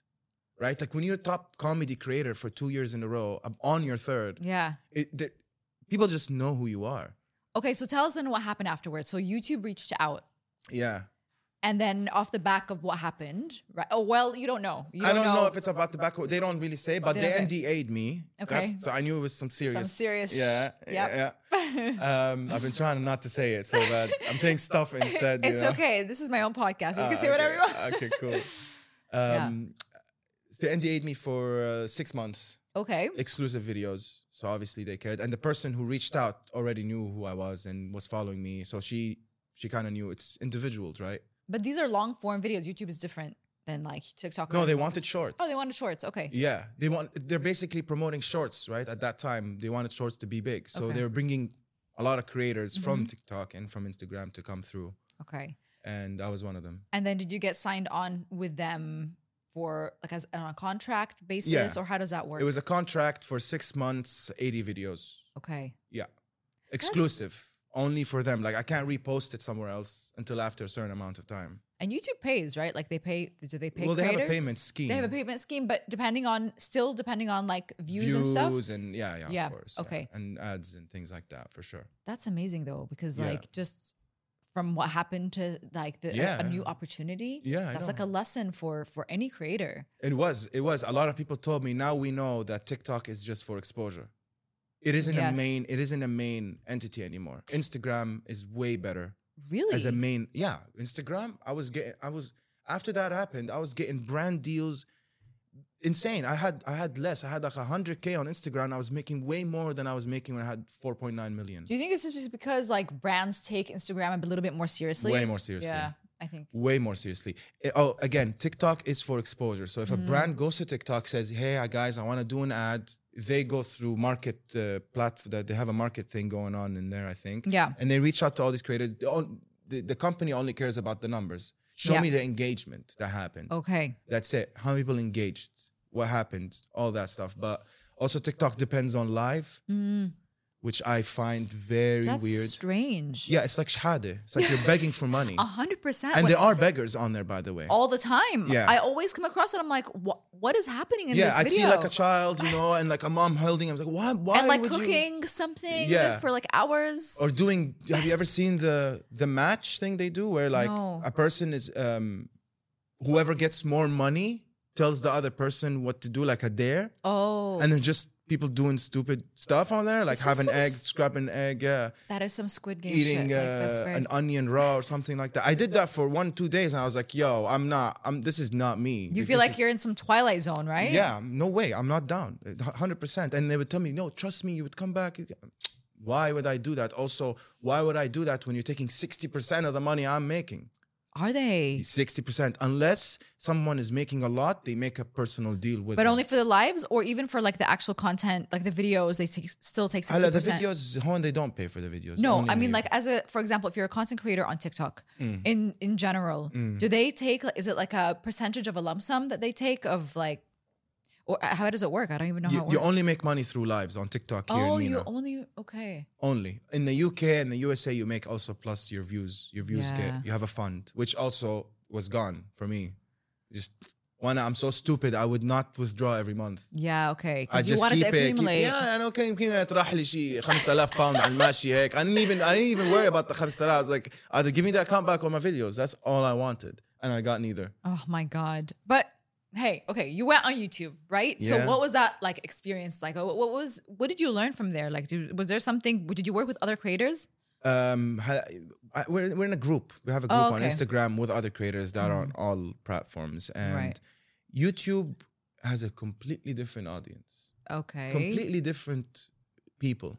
Speaker 1: right like when you're a top comedy creator for two years in a row um, on your third
Speaker 3: Yeah.
Speaker 1: it, the, people just know who you are
Speaker 3: Okay. So tell us then what happened afterwards. So YouTube reached out.
Speaker 1: yeah
Speaker 3: and then off the back of what happened, right? Oh well, you don't know. You
Speaker 1: i don't know. if it's about the back they don't really say but
Speaker 3: They
Speaker 1: they,
Speaker 3: don't
Speaker 1: nda'd me
Speaker 3: Okay.
Speaker 1: That's- so i knew it was some serious
Speaker 3: serious sh-
Speaker 1: yeah yeah
Speaker 3: yep.
Speaker 1: yeah. um i've been trying not to say it so bad i'm saying stuff instead you
Speaker 3: it's
Speaker 1: know?
Speaker 3: okay. This is my own podcast. You
Speaker 1: Ah,
Speaker 3: can say whatever you
Speaker 1: okay.
Speaker 3: want.
Speaker 1: okay cool um they nda'd me for uh, six months
Speaker 3: Okay.
Speaker 1: exclusive videos. So obviously they cared. And the person who reached out already knew who I was and was following me. So she she kind of knew it's individuals, right?
Speaker 3: But these are long form videos. YouTube is different than like TikTok.
Speaker 1: No, they wanted shorts.
Speaker 3: Oh, they wanted shorts. Okay.
Speaker 1: Yeah, they want. They're basically promoting shorts, right? At that time, they wanted shorts to be big, so
Speaker 3: Okay. Mm-hmm.
Speaker 1: they're bringing a lot of creators from TikTok and from Instagram to come through,
Speaker 3: Okay.
Speaker 1: and I was one of them.
Speaker 3: And then did you get signed on with them for like as on a contract basis,
Speaker 1: Yeah.
Speaker 3: or how does that work?
Speaker 1: It was a contract for six months, eighty videos.
Speaker 3: okay.
Speaker 1: Yeah, exclusive, only for them. Like I can't repost it somewhere else until after a certain amount of time.
Speaker 3: And YouTube pays, right? Like they pay. Do they pay?
Speaker 1: well, they have a
Speaker 3: creators?
Speaker 1: payment scheme.
Speaker 3: They have a payment scheme, but depending on still depending on like views, and stuff.
Speaker 1: Views and- yeah, yeah,
Speaker 3: Yeah,
Speaker 1: of course. yeah.
Speaker 3: okay.
Speaker 1: And ads and things like that for sure.
Speaker 3: That's amazing though, because
Speaker 1: Yeah.
Speaker 3: like just from what happened to like the a- a,
Speaker 1: Yeah.
Speaker 3: new opportunity.
Speaker 1: Yeah, I
Speaker 3: That's like a
Speaker 1: know.
Speaker 3: lesson for for any creator.
Speaker 1: It was, it was. A lot of people told me now we know that TikTok is just for exposure. It isn't
Speaker 3: Yes.
Speaker 1: a main, it isn't a main entity anymore. Instagram is way better
Speaker 3: Really?
Speaker 1: as a main. Yeah, Instagram. I was getting, I was after that happened. I was getting brand deals, insane. I had, I had less. I had like hundred k on Instagram. I was making way more than I was making when I had four point nine million.
Speaker 3: Do you think this is just because like brands take Instagram a little bit more seriously?
Speaker 1: Way more seriously.
Speaker 3: Yeah, I think.
Speaker 1: way more seriously. Eh, Oh, again, TikTok is for exposure. So if a
Speaker 3: Mm-hmm.
Speaker 1: brand goes to TikTok, says, "Hey, uh, guys, I want to do an ad," they go through market uh, platform. That they have a market thing going on in there, I think.
Speaker 3: Yeah.
Speaker 1: And they reach out to all these creators. The, on- the, the company only cares about the numbers. Show
Speaker 3: Yeah. Oh.
Speaker 1: me the engagement that happened.
Speaker 3: Okay.
Speaker 1: That's it. How many people engaged? what happened, all that stuff. But also TikTok depends on live,
Speaker 3: Mm,
Speaker 1: which I find very
Speaker 3: that's
Speaker 1: weird.
Speaker 3: strange.
Speaker 1: Yeah, it's like shahade. It's like you're begging for money.
Speaker 3: A hundred percent.
Speaker 1: And
Speaker 3: When-
Speaker 1: there are beggars on there, by the way.
Speaker 3: all the time.
Speaker 1: Yeah.
Speaker 3: I always come across it. I'm like, what? What is happening in
Speaker 1: yeah,
Speaker 3: this
Speaker 1: I'd
Speaker 3: video?
Speaker 1: see like a child, you know, and like a mom holding. I was like, why? Why?
Speaker 3: and like
Speaker 1: would you-
Speaker 3: cooking something
Speaker 1: Yeah.
Speaker 3: for like hours.
Speaker 1: or doing have you ever seen the the match thing they do where like
Speaker 3: No.
Speaker 1: a person is um whoever gets more money tells the other person what to do like a dare
Speaker 3: Oh,
Speaker 1: and then just people doing stupid stuff on there like
Speaker 3: This
Speaker 1: have
Speaker 3: is
Speaker 1: an
Speaker 3: so
Speaker 1: egg
Speaker 3: s-
Speaker 1: scrap an egg yeah
Speaker 3: that is some Squid Game
Speaker 1: eating
Speaker 3: shit. like, that's
Speaker 1: uh,
Speaker 3: very
Speaker 1: an onion raw or something like that i did that for one two days and i was like yo i'm not i'm this is not me
Speaker 3: You
Speaker 1: Like,
Speaker 3: feel
Speaker 1: this
Speaker 3: like
Speaker 1: is-
Speaker 3: you're in some twilight zone, right?
Speaker 1: yeah no way i'm not down 100% and they would tell me no trust me you would come back you can- why would i do that also why would i do that when you're taking 60% of the money i'm making
Speaker 3: Are they?
Speaker 1: 60% unless someone is making a lot they make a personal deal with
Speaker 3: But
Speaker 1: them.
Speaker 3: only for the lives, or even for like the actual content, like the videos, they take, still take
Speaker 1: I
Speaker 3: sixty
Speaker 1: like the
Speaker 3: percent.
Speaker 1: videos hon they don't pay for the videos
Speaker 3: No,
Speaker 1: only
Speaker 3: I
Speaker 1: me.
Speaker 3: mean
Speaker 1: Mm.
Speaker 3: like as a for example, if you're a content creator on TikTok in in general, do they take is it like a percentage of a lump sum that they take of like or uh, how does it work? I don't even know
Speaker 1: you,
Speaker 3: how it works.
Speaker 1: you only make money through lives on tiktok here
Speaker 3: oh,
Speaker 1: in
Speaker 3: you
Speaker 1: MENA.
Speaker 3: only okay.
Speaker 1: only in the UK and the USA you make also plus your views your views
Speaker 3: Yeah.
Speaker 1: get you have a fund which also was gone for me just one I'm so stupid I would not withdraw every month
Speaker 3: Yeah, okay.
Speaker 1: I
Speaker 3: Because you
Speaker 1: just
Speaker 3: wanted
Speaker 1: keep
Speaker 3: to
Speaker 1: it, keep,
Speaker 3: accumulate.
Speaker 1: yeah انا كان يمكن تراح لي شيء 5000 pound على الماشي هيك I didn't even I didn't even worry about the 5000 I was like either give me that account back or my videos that's all I wanted and I got neither
Speaker 3: Oh my god. But hey, okay, you went on YouTube, right?
Speaker 1: Yeah.
Speaker 3: So what was that like experience like? What what was what did you learn from there? Like did, was there something did you work with other creators?
Speaker 1: um ha- I, we're, we're in a group we have a group
Speaker 3: Oh,
Speaker 1: on
Speaker 3: okay. Mm-hmm.
Speaker 1: instagram with other creators that are on all platforms and
Speaker 3: Right.
Speaker 1: youtube has a completely different audience
Speaker 3: Okay.
Speaker 1: completely different people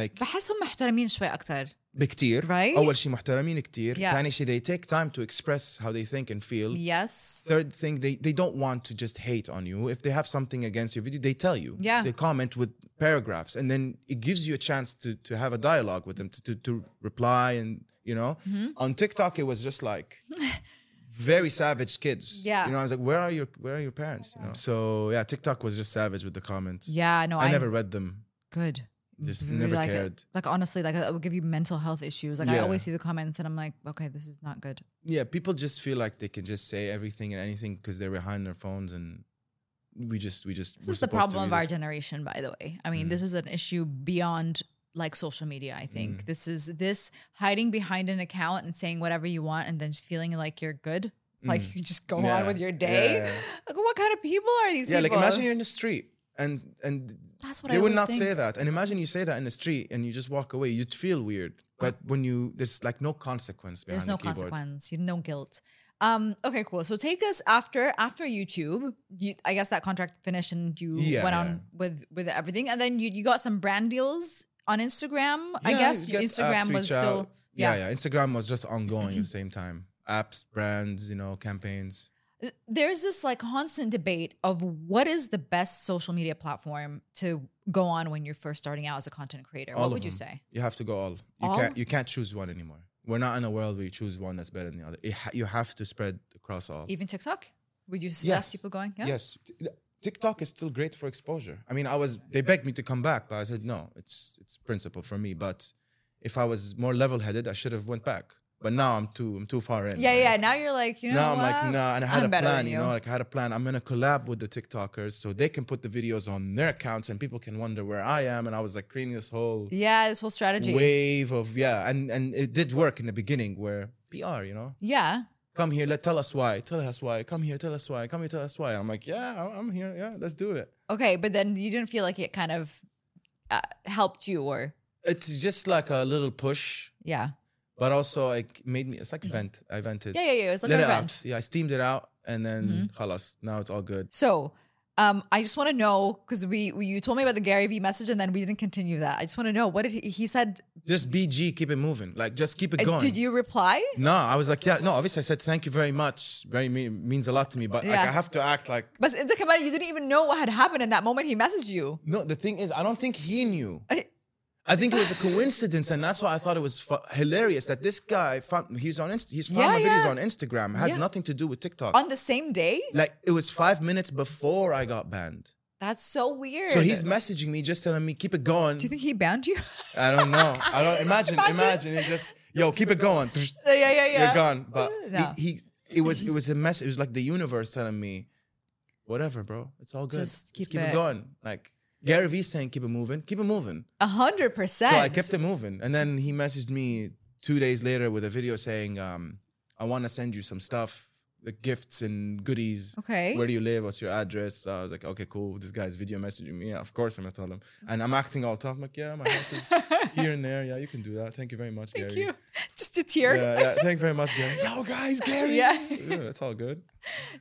Speaker 1: like
Speaker 3: بحسهم محترمين شوي اكثر.
Speaker 1: بكتير
Speaker 3: Right?
Speaker 1: اول شيء محترمين كتير
Speaker 3: Yeah.
Speaker 1: ثاني شيء they take time to express how they think and feel
Speaker 3: Yes.
Speaker 1: Third thing, they, they don't want to just hate on you. If they have something against your video, they tell you.
Speaker 3: Yeah.
Speaker 1: They comment with paragraphs, and then it gives you a chance to to have a dialogue with them, to to, to reply, and you know.
Speaker 3: Mm-hmm.
Speaker 1: On TikTok, it was just like very savage kids.
Speaker 3: Yeah.
Speaker 1: You know, I was like, where are your where are your parents? You know. So yeah, TikTok was just savage with the comments.
Speaker 3: Yeah, no,
Speaker 1: I never read them.
Speaker 3: good.
Speaker 1: Just
Speaker 3: Really
Speaker 1: never
Speaker 3: like it.
Speaker 1: cared.
Speaker 3: Like honestly, like it will give you mental health issues. Like I
Speaker 1: Yeah.
Speaker 3: always see the comments and I'm like, okay, this is not good.
Speaker 1: Yeah, people just feel like they can just say everything and anything because they're behind their phones and. We just, we just.
Speaker 3: This
Speaker 1: we're
Speaker 3: is the
Speaker 1: supposed to Mm.
Speaker 3: problem of
Speaker 1: read it.
Speaker 3: our generation, by the way. I mean, this is an issue beyond like social media, I
Speaker 1: Mm.
Speaker 3: think. This is this hiding behind an account and saying whatever you want and then just feeling like you're good. Like you just go on
Speaker 1: Mm. Yeah.
Speaker 3: with your
Speaker 1: Yeah,
Speaker 3: day.
Speaker 1: yeah.
Speaker 3: Like what kind of people are these
Speaker 1: Yeah, like
Speaker 3: people?
Speaker 1: imagine you're in the street and and
Speaker 3: That's what
Speaker 1: they
Speaker 3: I
Speaker 1: would
Speaker 3: always
Speaker 1: not
Speaker 3: think.
Speaker 1: say that. And imagine you say that in the street and you just walk away. You'd feel weird. But when you there's like no consequence behind
Speaker 3: There's no
Speaker 1: the keyboard.
Speaker 3: consequence. You no guilt. Um, okay, cool. So take us after after YouTube. You, I guess that contract finished and you
Speaker 1: Yeah,
Speaker 3: went
Speaker 1: yeah.
Speaker 3: on with with everything, and then you, you got some brand deals on Instagram. I
Speaker 1: Yeah,
Speaker 3: guess
Speaker 1: you get apps
Speaker 3: Instagram was
Speaker 1: reach out.
Speaker 3: still
Speaker 1: yeah. yeah, Instagram was just ongoing at the same time. Apps, brands, you know, campaigns.
Speaker 3: There's this like constant debate of what is the best social media platform to go on when you're first starting out as a content creator.
Speaker 1: All
Speaker 3: what
Speaker 1: of
Speaker 3: would you
Speaker 1: them.
Speaker 3: say?
Speaker 1: You have to go all. You
Speaker 3: All?
Speaker 1: can't you can't choose one anymore. We're not in a world where you choose one that's better than the other. It ha- you have to spread across all.
Speaker 3: Even TikTok? Would you
Speaker 1: Yes.
Speaker 3: suggest people going? Yeah.
Speaker 1: Yes. T- TikTok is still great for exposure. I mean, I was they begged me to come back, but I said no. It's it's principle for me. But if I was more level headed, I should have went back. But now I'm too I'm too far in.
Speaker 3: Yeah,
Speaker 1: right?
Speaker 3: yeah. Now you're like, you know,
Speaker 1: now I'm
Speaker 3: what?
Speaker 1: like nah, and I had
Speaker 3: I'm
Speaker 1: a
Speaker 3: better
Speaker 1: plan.
Speaker 3: than
Speaker 1: You. know, like I had a plan. I'm gonna collab with the TikTokers so they can put the videos on their accounts and people can wonder where I am. And I was like creating this whole
Speaker 3: yeah, this whole strategy.
Speaker 1: wave of yeah, and and it did work in the beginning where PR, you know,
Speaker 3: Yeah.
Speaker 1: come here, let tell us why, tell us why, come here, tell us why, come here, tell us why. I'm like yeah, I'm- I'm here, yeah, let's do it.
Speaker 3: Okay, but then you didn't feel like it kind of uh, helped you, or
Speaker 1: it's just like a little push,
Speaker 3: yeah,
Speaker 1: but also it made me. It's like vent. I vented.
Speaker 3: yeah, yeah, yeah. It was like
Speaker 1: Let
Speaker 3: a Mm-hmm.
Speaker 1: it
Speaker 3: friend.
Speaker 1: out. Yeah, I steamed it out, and then halas. Now it's all good.
Speaker 3: So, um, I just want to know because we, we you told me about the Gary Vee message, and then we didn't continue that. I just want to know what did he, he said.
Speaker 1: Just BG, keep it moving. Like just keep it
Speaker 3: uh,
Speaker 1: going.
Speaker 3: Did you reply?
Speaker 1: No, I was like, yeah. No, obviously I said thank you very much. Very mean, means a lot to me, but like
Speaker 3: Yeah.
Speaker 1: I have to act like.
Speaker 3: But it's like about you Uh, didn't even know what had happened in that moment. He messaged you.
Speaker 1: No, the thing is, I don't think he knew.
Speaker 3: I-
Speaker 1: I think it was a coincidence, and that's why I thought it was fu- hilarious that this guy found he's on Inst- he's found
Speaker 3: Yeah,
Speaker 1: my
Speaker 3: yeah.
Speaker 1: videos on Instagram. It has
Speaker 3: Yeah.
Speaker 1: nothing to do with TikTok.
Speaker 3: on the same day?
Speaker 1: like it was five minutes before I got banned.
Speaker 3: That's so weird.
Speaker 1: So he's messaging me, just telling me keep it going.
Speaker 3: Do you think he banned you?
Speaker 1: I don't know. I don't imagine.
Speaker 3: Imagine.
Speaker 1: Imagine, it just yo keep it going.
Speaker 3: yeah, yeah, yeah.
Speaker 1: You're gone. But
Speaker 3: No.
Speaker 1: he, he it was it was a mess. It was like the universe telling me, whatever, bro. It's all good. Just
Speaker 3: Just
Speaker 1: keep,
Speaker 3: keep
Speaker 1: it.
Speaker 3: it.
Speaker 1: going. Like Gary Vee saying, keep it moving. Keep it moving.
Speaker 3: A hundred percent.
Speaker 1: So I kept it moving. And then he messaged me two days later with a video saying, um, I want to send you some stuff, like gifts and goodies.
Speaker 3: Okay.
Speaker 1: Where do you live? What's your address? I was like, okay, cool. This guy's video messaging me. Yeah, of course I'm gonna tell him. And I'm acting all tough. I'm like, yeah, my house is here and there. Yeah, you can do that. Thank you very much,
Speaker 3: Thank
Speaker 1: Gary.
Speaker 3: you. Just a tear.
Speaker 1: Yeah, yeah. Thank you very much, Gary. Yo, guys, Gary.
Speaker 3: Yeah.
Speaker 1: yeah, that's all good.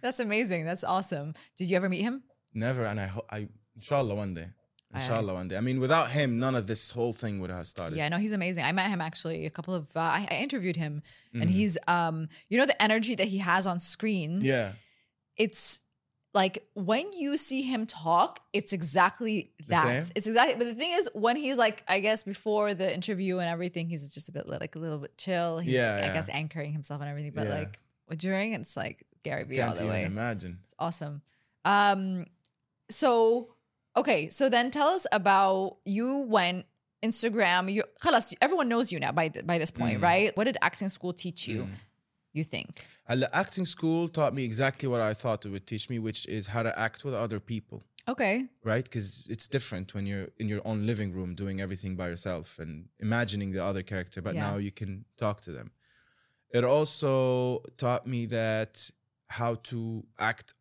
Speaker 3: That's amazing. That's awesome. Did you ever meet him?
Speaker 1: Never. And I, ho- I, inshallah, one day.
Speaker 3: Aye, aye.
Speaker 1: Inshallah, one day. I mean, without him, none of this whole thing would have started.
Speaker 3: Yeah, no, he's amazing. I met him actually a couple of. Uh, I, I interviewed him,
Speaker 1: Mm.
Speaker 3: and he's um, you know, the energy that he has on screen.
Speaker 1: Yeah.
Speaker 3: it's like when you see him talk, it's exactly
Speaker 1: The
Speaker 3: that.
Speaker 1: same?
Speaker 3: It's exactly. But the thing is, when he's like, I guess before the interview and everything, he's just a bit like a little bit chill. He's,
Speaker 1: Yeah,
Speaker 3: I
Speaker 1: yeah.
Speaker 3: guess anchoring himself and everything. But
Speaker 1: Yeah.
Speaker 3: like during, it's like Gary Vee all
Speaker 1: Can't
Speaker 3: the
Speaker 1: even
Speaker 3: way.
Speaker 1: imagine.
Speaker 3: It's awesome. Um, so okay, so then tell us about you went Instagram. You خلاص, everyone knows you now by th- by this point,
Speaker 1: Mm.
Speaker 3: right? What did acting school teach you?
Speaker 1: Mm.
Speaker 3: You think?
Speaker 1: And the acting school taught me exactly what I thought it would teach me, which is how to act with other people,
Speaker 3: Okay,
Speaker 1: right? Because it's different when you're in your own living room doing everything by yourself and imagining the other character, but
Speaker 3: Yeah.
Speaker 1: now you can talk to them. It also taught me that how to act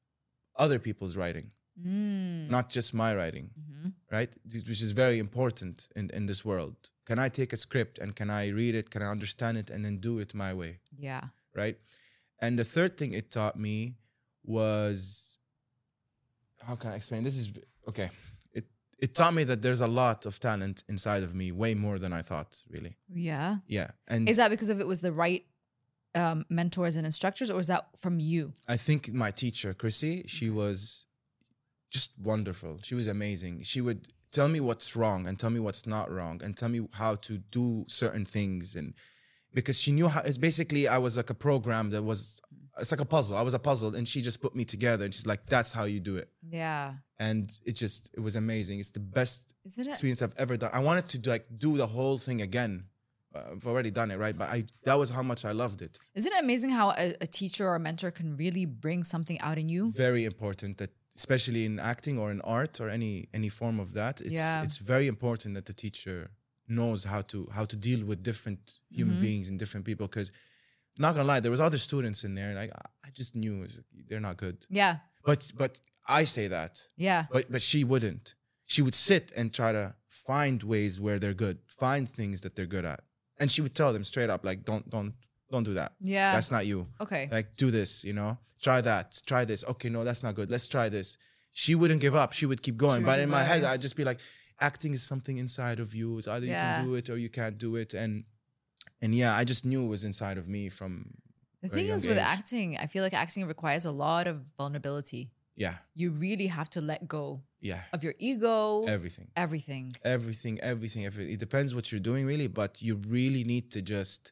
Speaker 1: other people's writing,
Speaker 3: mm.
Speaker 1: not just my writing,
Speaker 3: Mhm.
Speaker 1: right? This- Which is very important in, in this world. Can I take a script and can I read it? Can I understand it and then do it my way?
Speaker 3: yeah.
Speaker 1: right? And the third thing it taught me was how can I explain? This is okay. It it taught me that there's a lot of talent inside of me, way more than I thought, really.
Speaker 3: Yeah.
Speaker 1: Yeah, and
Speaker 3: Is that because of it was the right um, mentors and instructors, or is that from you?
Speaker 1: I think my teacher Chrissy, she was just wonderful. She was amazing. She would tell me what's wrong and tell me what's not wrong and tell me how to do certain things and because she knew how it's basically I was like a program that was it's like a puzzle. I was a puzzle and she just put me together and she's like that's how you do it.
Speaker 3: Yeah.
Speaker 1: And it just it was amazing. It's the best
Speaker 3: Is it? A,
Speaker 1: experience I've ever done. I wanted to like do the whole thing again. Uh, I've already done it, right? But I that was how much I loved it.
Speaker 3: isn't it amazing how a, a teacher or a mentor can really bring something out in you?
Speaker 1: very important that especially in acting or in art or any any form of that it's
Speaker 3: Yeah.
Speaker 1: it's very important that the teacher knows how to how to deal with different human
Speaker 3: Mhm.
Speaker 1: beings and different people because not gonna lie there was other students in there and like I- i just knew it was- they're not good
Speaker 3: Yeah.
Speaker 1: but but i say that
Speaker 3: Yeah.
Speaker 1: but but she wouldn't she would sit and try to find ways where they're good find things that they're good at and she would tell them straight up like don't don't don't do that
Speaker 3: Yeah.
Speaker 1: that's not you
Speaker 3: okay.
Speaker 1: like do this you know try that try this okay no that's not good let's try this she wouldn't give up she would keep going
Speaker 3: would
Speaker 1: but
Speaker 3: keep
Speaker 1: in my
Speaker 3: going.
Speaker 1: head i'd just be like acting is something inside of you it's either
Speaker 3: Yeah.
Speaker 1: you can do it or you can't do it and and yeah i just knew it was inside of me from
Speaker 3: The
Speaker 1: very
Speaker 3: thing is
Speaker 1: young
Speaker 3: with
Speaker 1: age.
Speaker 3: acting, I feel like acting requires a lot of vulnerability.
Speaker 1: yeah
Speaker 3: You really have to let go
Speaker 1: yeah
Speaker 3: of your ego,
Speaker 1: everything
Speaker 3: everything.
Speaker 1: everything everything everything it depends what you're doing really but you really need to just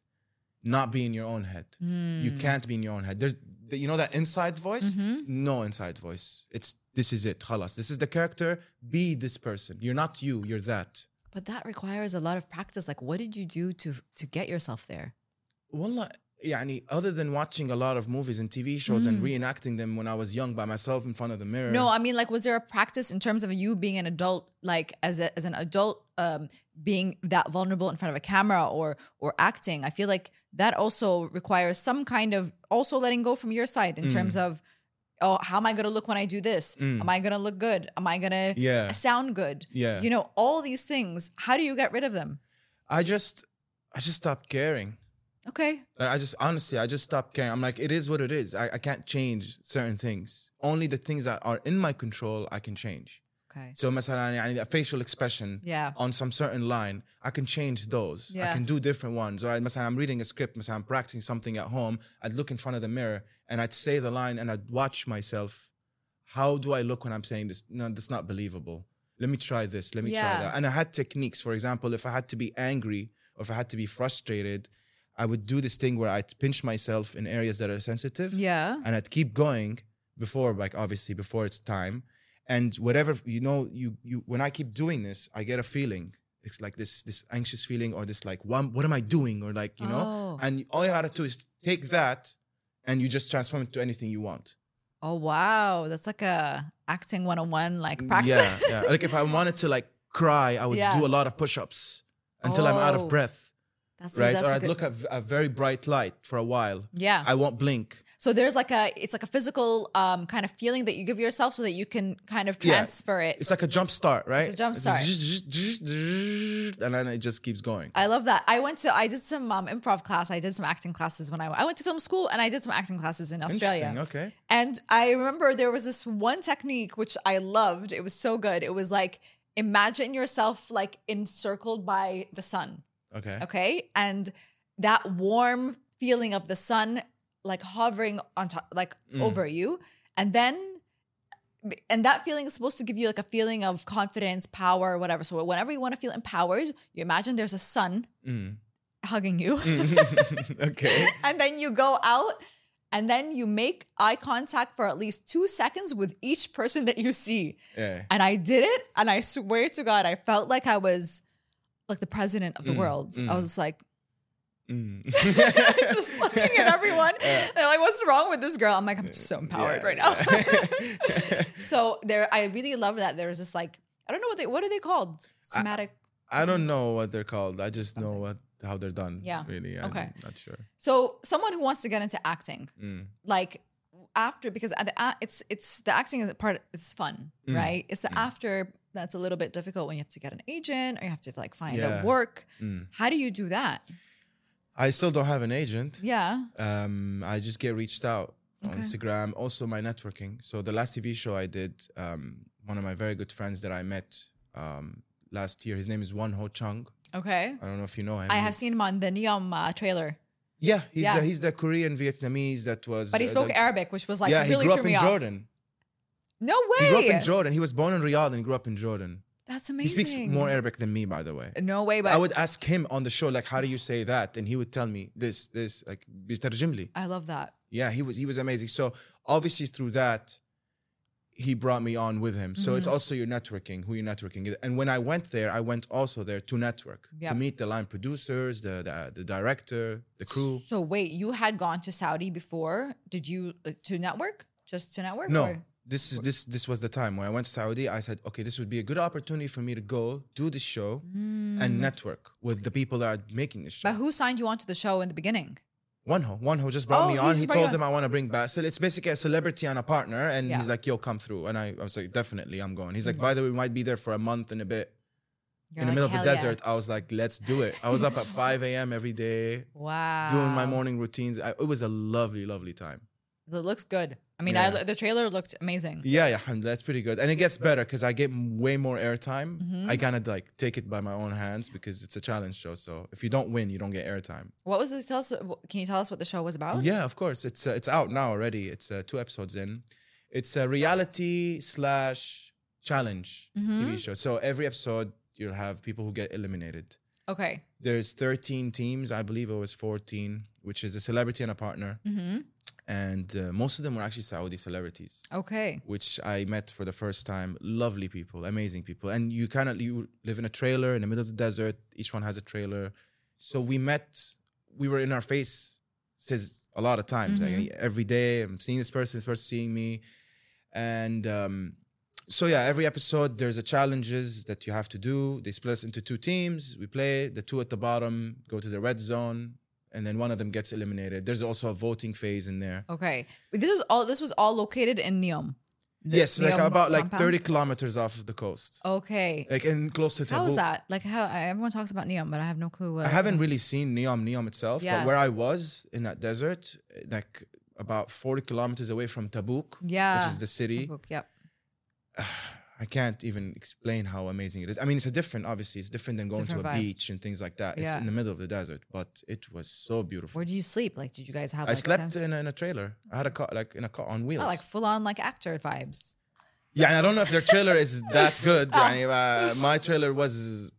Speaker 1: not be in your own head you
Speaker 3: Mm.
Speaker 1: can't be in your own head there's you know that inside voice
Speaker 3: Mhm.
Speaker 1: no inside voice. It's this is it. Khalas. This is the character. Be this person. You're not you. You're that.
Speaker 3: But that requires a lot of practice. Like, what did you do to to get yourself there?
Speaker 1: Wallah, yani, other than watching a lot of movies and TV shows and
Speaker 3: Mm.
Speaker 1: reenacting them when I was young by myself in front of the mirror.
Speaker 3: No, I mean, like, was there a practice in terms of you being an adult, like as a, as an adult, um, being that vulnerable in front of a camera or or acting? I feel like that also requires some kind of also letting go from your side in terms of, oh, how am I gonna look when I do this?
Speaker 1: Mm.
Speaker 3: Am I gonna look good? Am I gonna
Speaker 1: Yeah.
Speaker 3: sound good?
Speaker 1: Yeah.
Speaker 3: You know, all these things. How do you get rid of them?
Speaker 1: I just, I just stopped caring.
Speaker 3: Okay,
Speaker 1: Like, I just honestly, I just stopped caring. I'm like, it is what it is. I, I can't change certain things. Only the things that are in my control, I can change.
Speaker 3: okay,
Speaker 1: So, مثلا, يعني, a facial expression.
Speaker 3: yeah,
Speaker 1: on some certain line, I can change those.
Speaker 3: Yeah.
Speaker 1: I can do different ones. Or I, مثلا, I'm reading a script, مثلا, I'm practicing something at home. I'd look in front of the mirror and I'd say the line and I'd watch myself. How do I look when I'm saying this? No, that's not believable. let me try this, let me
Speaker 3: Yeah.
Speaker 1: try that. And I had techniques. For example, if I had to be angry or if I had to be frustrated, I would do this thing where I'd pinch myself in areas that are sensitive
Speaker 3: Yeah.
Speaker 1: and I'd keep going before, like obviously before it's time. And whatever you know, you you when I keep doing this, I get a feeling. It's like this this anxious feeling or this like, what, what am I doing? Or like, you know.
Speaker 3: Oh.
Speaker 1: And all you gotta do is take that and you just transform it to anything you want.
Speaker 3: Oh wow, that's like a acting 101 like practice.
Speaker 1: Mm, Yeah, yeah. Like if I wanted to like cry, I would
Speaker 3: Yeah.
Speaker 1: do a lot of push-ups until I'm out
Speaker 3: Oh.
Speaker 1: of breath,
Speaker 3: That's
Speaker 1: right?
Speaker 3: that's
Speaker 1: or
Speaker 3: a
Speaker 1: I'd
Speaker 3: good-
Speaker 1: look at v- a very bright light for a while.
Speaker 3: Yeah.
Speaker 1: I won't blink.
Speaker 3: so there's like a it's like a physical um kind of feeling that you give yourself so that you can kind of
Speaker 1: Yeah.
Speaker 3: transfer it.
Speaker 1: It's like a jump start, right?
Speaker 3: a jump start. Uh,
Speaker 1: And then it just keeps going.
Speaker 3: I love that. I went to I did some um, improv class. I did some acting classes when I I went to film school and I did some acting classes in Australia.
Speaker 1: Interesting. Okay.
Speaker 3: And I remember there was this one technique which I loved. It was so good. It was like imagine yourself like encircled by the sun.
Speaker 1: Okay.
Speaker 3: Okay. And that warm feeling of the sun like hovering on top, like
Speaker 1: Mm.
Speaker 3: over you. And then, and that feeling is supposed to give you like a feeling of confidence, power, whatever. So, whenever you want to feel empowered, you imagine there's a sun
Speaker 1: Mm.
Speaker 3: hugging you.
Speaker 1: okay.
Speaker 3: and then you go out and then you make eye contact for at least two seconds with each person that you see.
Speaker 1: Yeah.
Speaker 3: And I did it. And I swear to God, I felt like I was like the president of the
Speaker 1: Mm,
Speaker 3: world. I
Speaker 1: mm.
Speaker 3: was just like,
Speaker 1: Mm.
Speaker 3: just looking at everyone.
Speaker 1: Yeah.
Speaker 3: They're like, what's wrong with this girl? I'm like, I'm just so empowered right now. so there, I really love that. There's this like, I don't know what they, what are they called?
Speaker 1: I-
Speaker 3: Somatic.
Speaker 1: I don't know what they're called. I just know what how they're done.
Speaker 3: Yeah.
Speaker 1: Really. I'm
Speaker 3: Okay.
Speaker 1: Not sure.
Speaker 3: so someone who wants to get into acting,
Speaker 1: Mm.
Speaker 3: like after, because at the, a- it's, it's the acting is part, it's fun,
Speaker 1: Mm.
Speaker 3: right? It's the
Speaker 1: Mm.
Speaker 3: after that's a little bit difficult when you have to get an agent or you have to like find
Speaker 1: Yeah.
Speaker 3: a work.
Speaker 1: Mm.
Speaker 3: How do you do that?
Speaker 1: I still don't have an agent.
Speaker 3: Yeah.
Speaker 1: Um, I just get reached out on
Speaker 3: Okay.
Speaker 1: Instagram. Also, my networking. So the last TV show I did, um, one of my very good friends that I met um, last year, his name is Won Ho Chung.
Speaker 3: Okay.
Speaker 1: I don't know if you know him.
Speaker 3: I have seen him on the Neom uh, trailer,
Speaker 1: Yeah, he's
Speaker 3: Yeah.
Speaker 1: The, he's the Korean Vietnamese that was.
Speaker 3: but he
Speaker 1: uh,
Speaker 3: spoke
Speaker 1: the-
Speaker 3: Arabic, which was like
Speaker 1: yeah,
Speaker 3: really
Speaker 1: he grew
Speaker 3: threw
Speaker 1: up
Speaker 3: me
Speaker 1: in
Speaker 3: off.
Speaker 1: Jordan.
Speaker 3: No way.
Speaker 1: He grew up in Jordan. He was born in Riyadh and he grew up in Jordan.
Speaker 3: That's amazing.
Speaker 1: He speaks more Arabic than me, by the way.
Speaker 3: No way, but
Speaker 1: I
Speaker 3: I,
Speaker 1: would ask him on the show, like, how do you say that? And he would tell me this, this, like, بيترجم لي.
Speaker 3: love that.
Speaker 1: Yeah, he was he was amazing. So obviously through that, he brought me on with him. So
Speaker 3: Mm-hmm.
Speaker 1: it's also your networking, who you're networking. with. And when I went there, I went also there to network,
Speaker 3: Yeah.
Speaker 1: to meet the line producers, the, the the director, the crew.
Speaker 3: So wait, you had gone to Saudi before? Did you uh, to network? Just to network?
Speaker 1: No,
Speaker 3: or-
Speaker 1: this is this this was the time when I went to Saudi. I said, okay, this would be a good opportunity for me to go do this show Mm. and
Speaker 3: Mm.
Speaker 1: network with the people that are making this show.
Speaker 3: Mm-hmm. But who signed you onto the show in the beginning?
Speaker 1: Wanho, Wanho just brought
Speaker 3: Oh,
Speaker 1: me
Speaker 3: he
Speaker 1: on.
Speaker 3: just
Speaker 1: He
Speaker 3: brought you
Speaker 1: told
Speaker 3: on.
Speaker 1: them I want to bring Basil. It's basically a celebrity and a partner, and
Speaker 3: Yeah. Mm-hmm.
Speaker 1: he's like, "Yo, come through." And I, I was like, "Definitely, I'm going." He's like, "By the way, we might be there for a month and a bit
Speaker 3: You're
Speaker 1: in the
Speaker 3: like,
Speaker 1: middle of the
Speaker 3: "Hell yeah."
Speaker 1: desert." I was like, "Let's do it." I was up at 5 a.m. every day
Speaker 3: Wow.
Speaker 1: doing my morning routines. I, it was a lovely, lovely time.
Speaker 3: It looks good. I mean,
Speaker 1: Yeah.
Speaker 3: I, the trailer looked amazing.
Speaker 1: Yeah, yeah, alhamdulillah, that's pretty good. And it gets better because I get m- way more airtime. I kind of like take it by my own hands because it's a challenge show. So if you don't win, you don't get airtime.
Speaker 3: What was this? Tell us. Can you tell us what the show was about?
Speaker 1: Yeah, of course. It's uh, it's out now already. It's uh, two episodes in. It's a reality slash challenge TV show. So every episode you'll have people who get eliminated.
Speaker 3: Okay.
Speaker 1: There's 13 teams. I believe it was 14, which is a celebrity and a partner.
Speaker 3: Mm-hmm.
Speaker 1: And uh, most of them were actually Saudi celebrities
Speaker 3: Okay.
Speaker 1: which I met for the first time. Lovely people, amazing people. And you kind of you live in a trailer in the middle of the desert. Each one has a trailer. So we met. We were in our face says a lot of times. Like every day, I'm seeing this person. This person seeing me, and um, so yeah, every episode there's a challenges that you have to do. They split us into two teams. We play. The two at the bottom go to the red zone. And then one of them gets eliminated. There's also a voting phase in there.
Speaker 3: Okay. This is all. This was all located in Neom. The
Speaker 1: Yes, like
Speaker 3: Neom
Speaker 1: about like
Speaker 3: compound?
Speaker 1: 30 kilometers off of the coast.
Speaker 3: Okay.
Speaker 1: Like and close to Tabuk.
Speaker 3: How is that? Like how everyone talks about Neom, but I have no clue. What
Speaker 1: I haven't really seen Neom Neom itself,
Speaker 3: Yeah.
Speaker 1: but where I was in that desert, like about 40 kilometers away from Tabuk,
Speaker 3: Yeah.
Speaker 1: which is the city,
Speaker 3: Tabuk, Yep.
Speaker 1: I can't even explain how amazing it is. I mean, it's a different, obviously, it's different than going to a
Speaker 3: different vibe.
Speaker 1: beach and things like that.
Speaker 3: Yeah.
Speaker 1: It's in the middle of the desert, but it was so beautiful.
Speaker 3: Where do you sleep? Like, did you guys have?
Speaker 1: I
Speaker 3: like,
Speaker 1: slept
Speaker 3: tents?
Speaker 1: in a, in a trailer. I had a car, like in a car on wheels.
Speaker 3: Oh, like full on like actor vibes.
Speaker 1: Yeah, I don't know if their trailer is that good. يعني, uh, my trailer was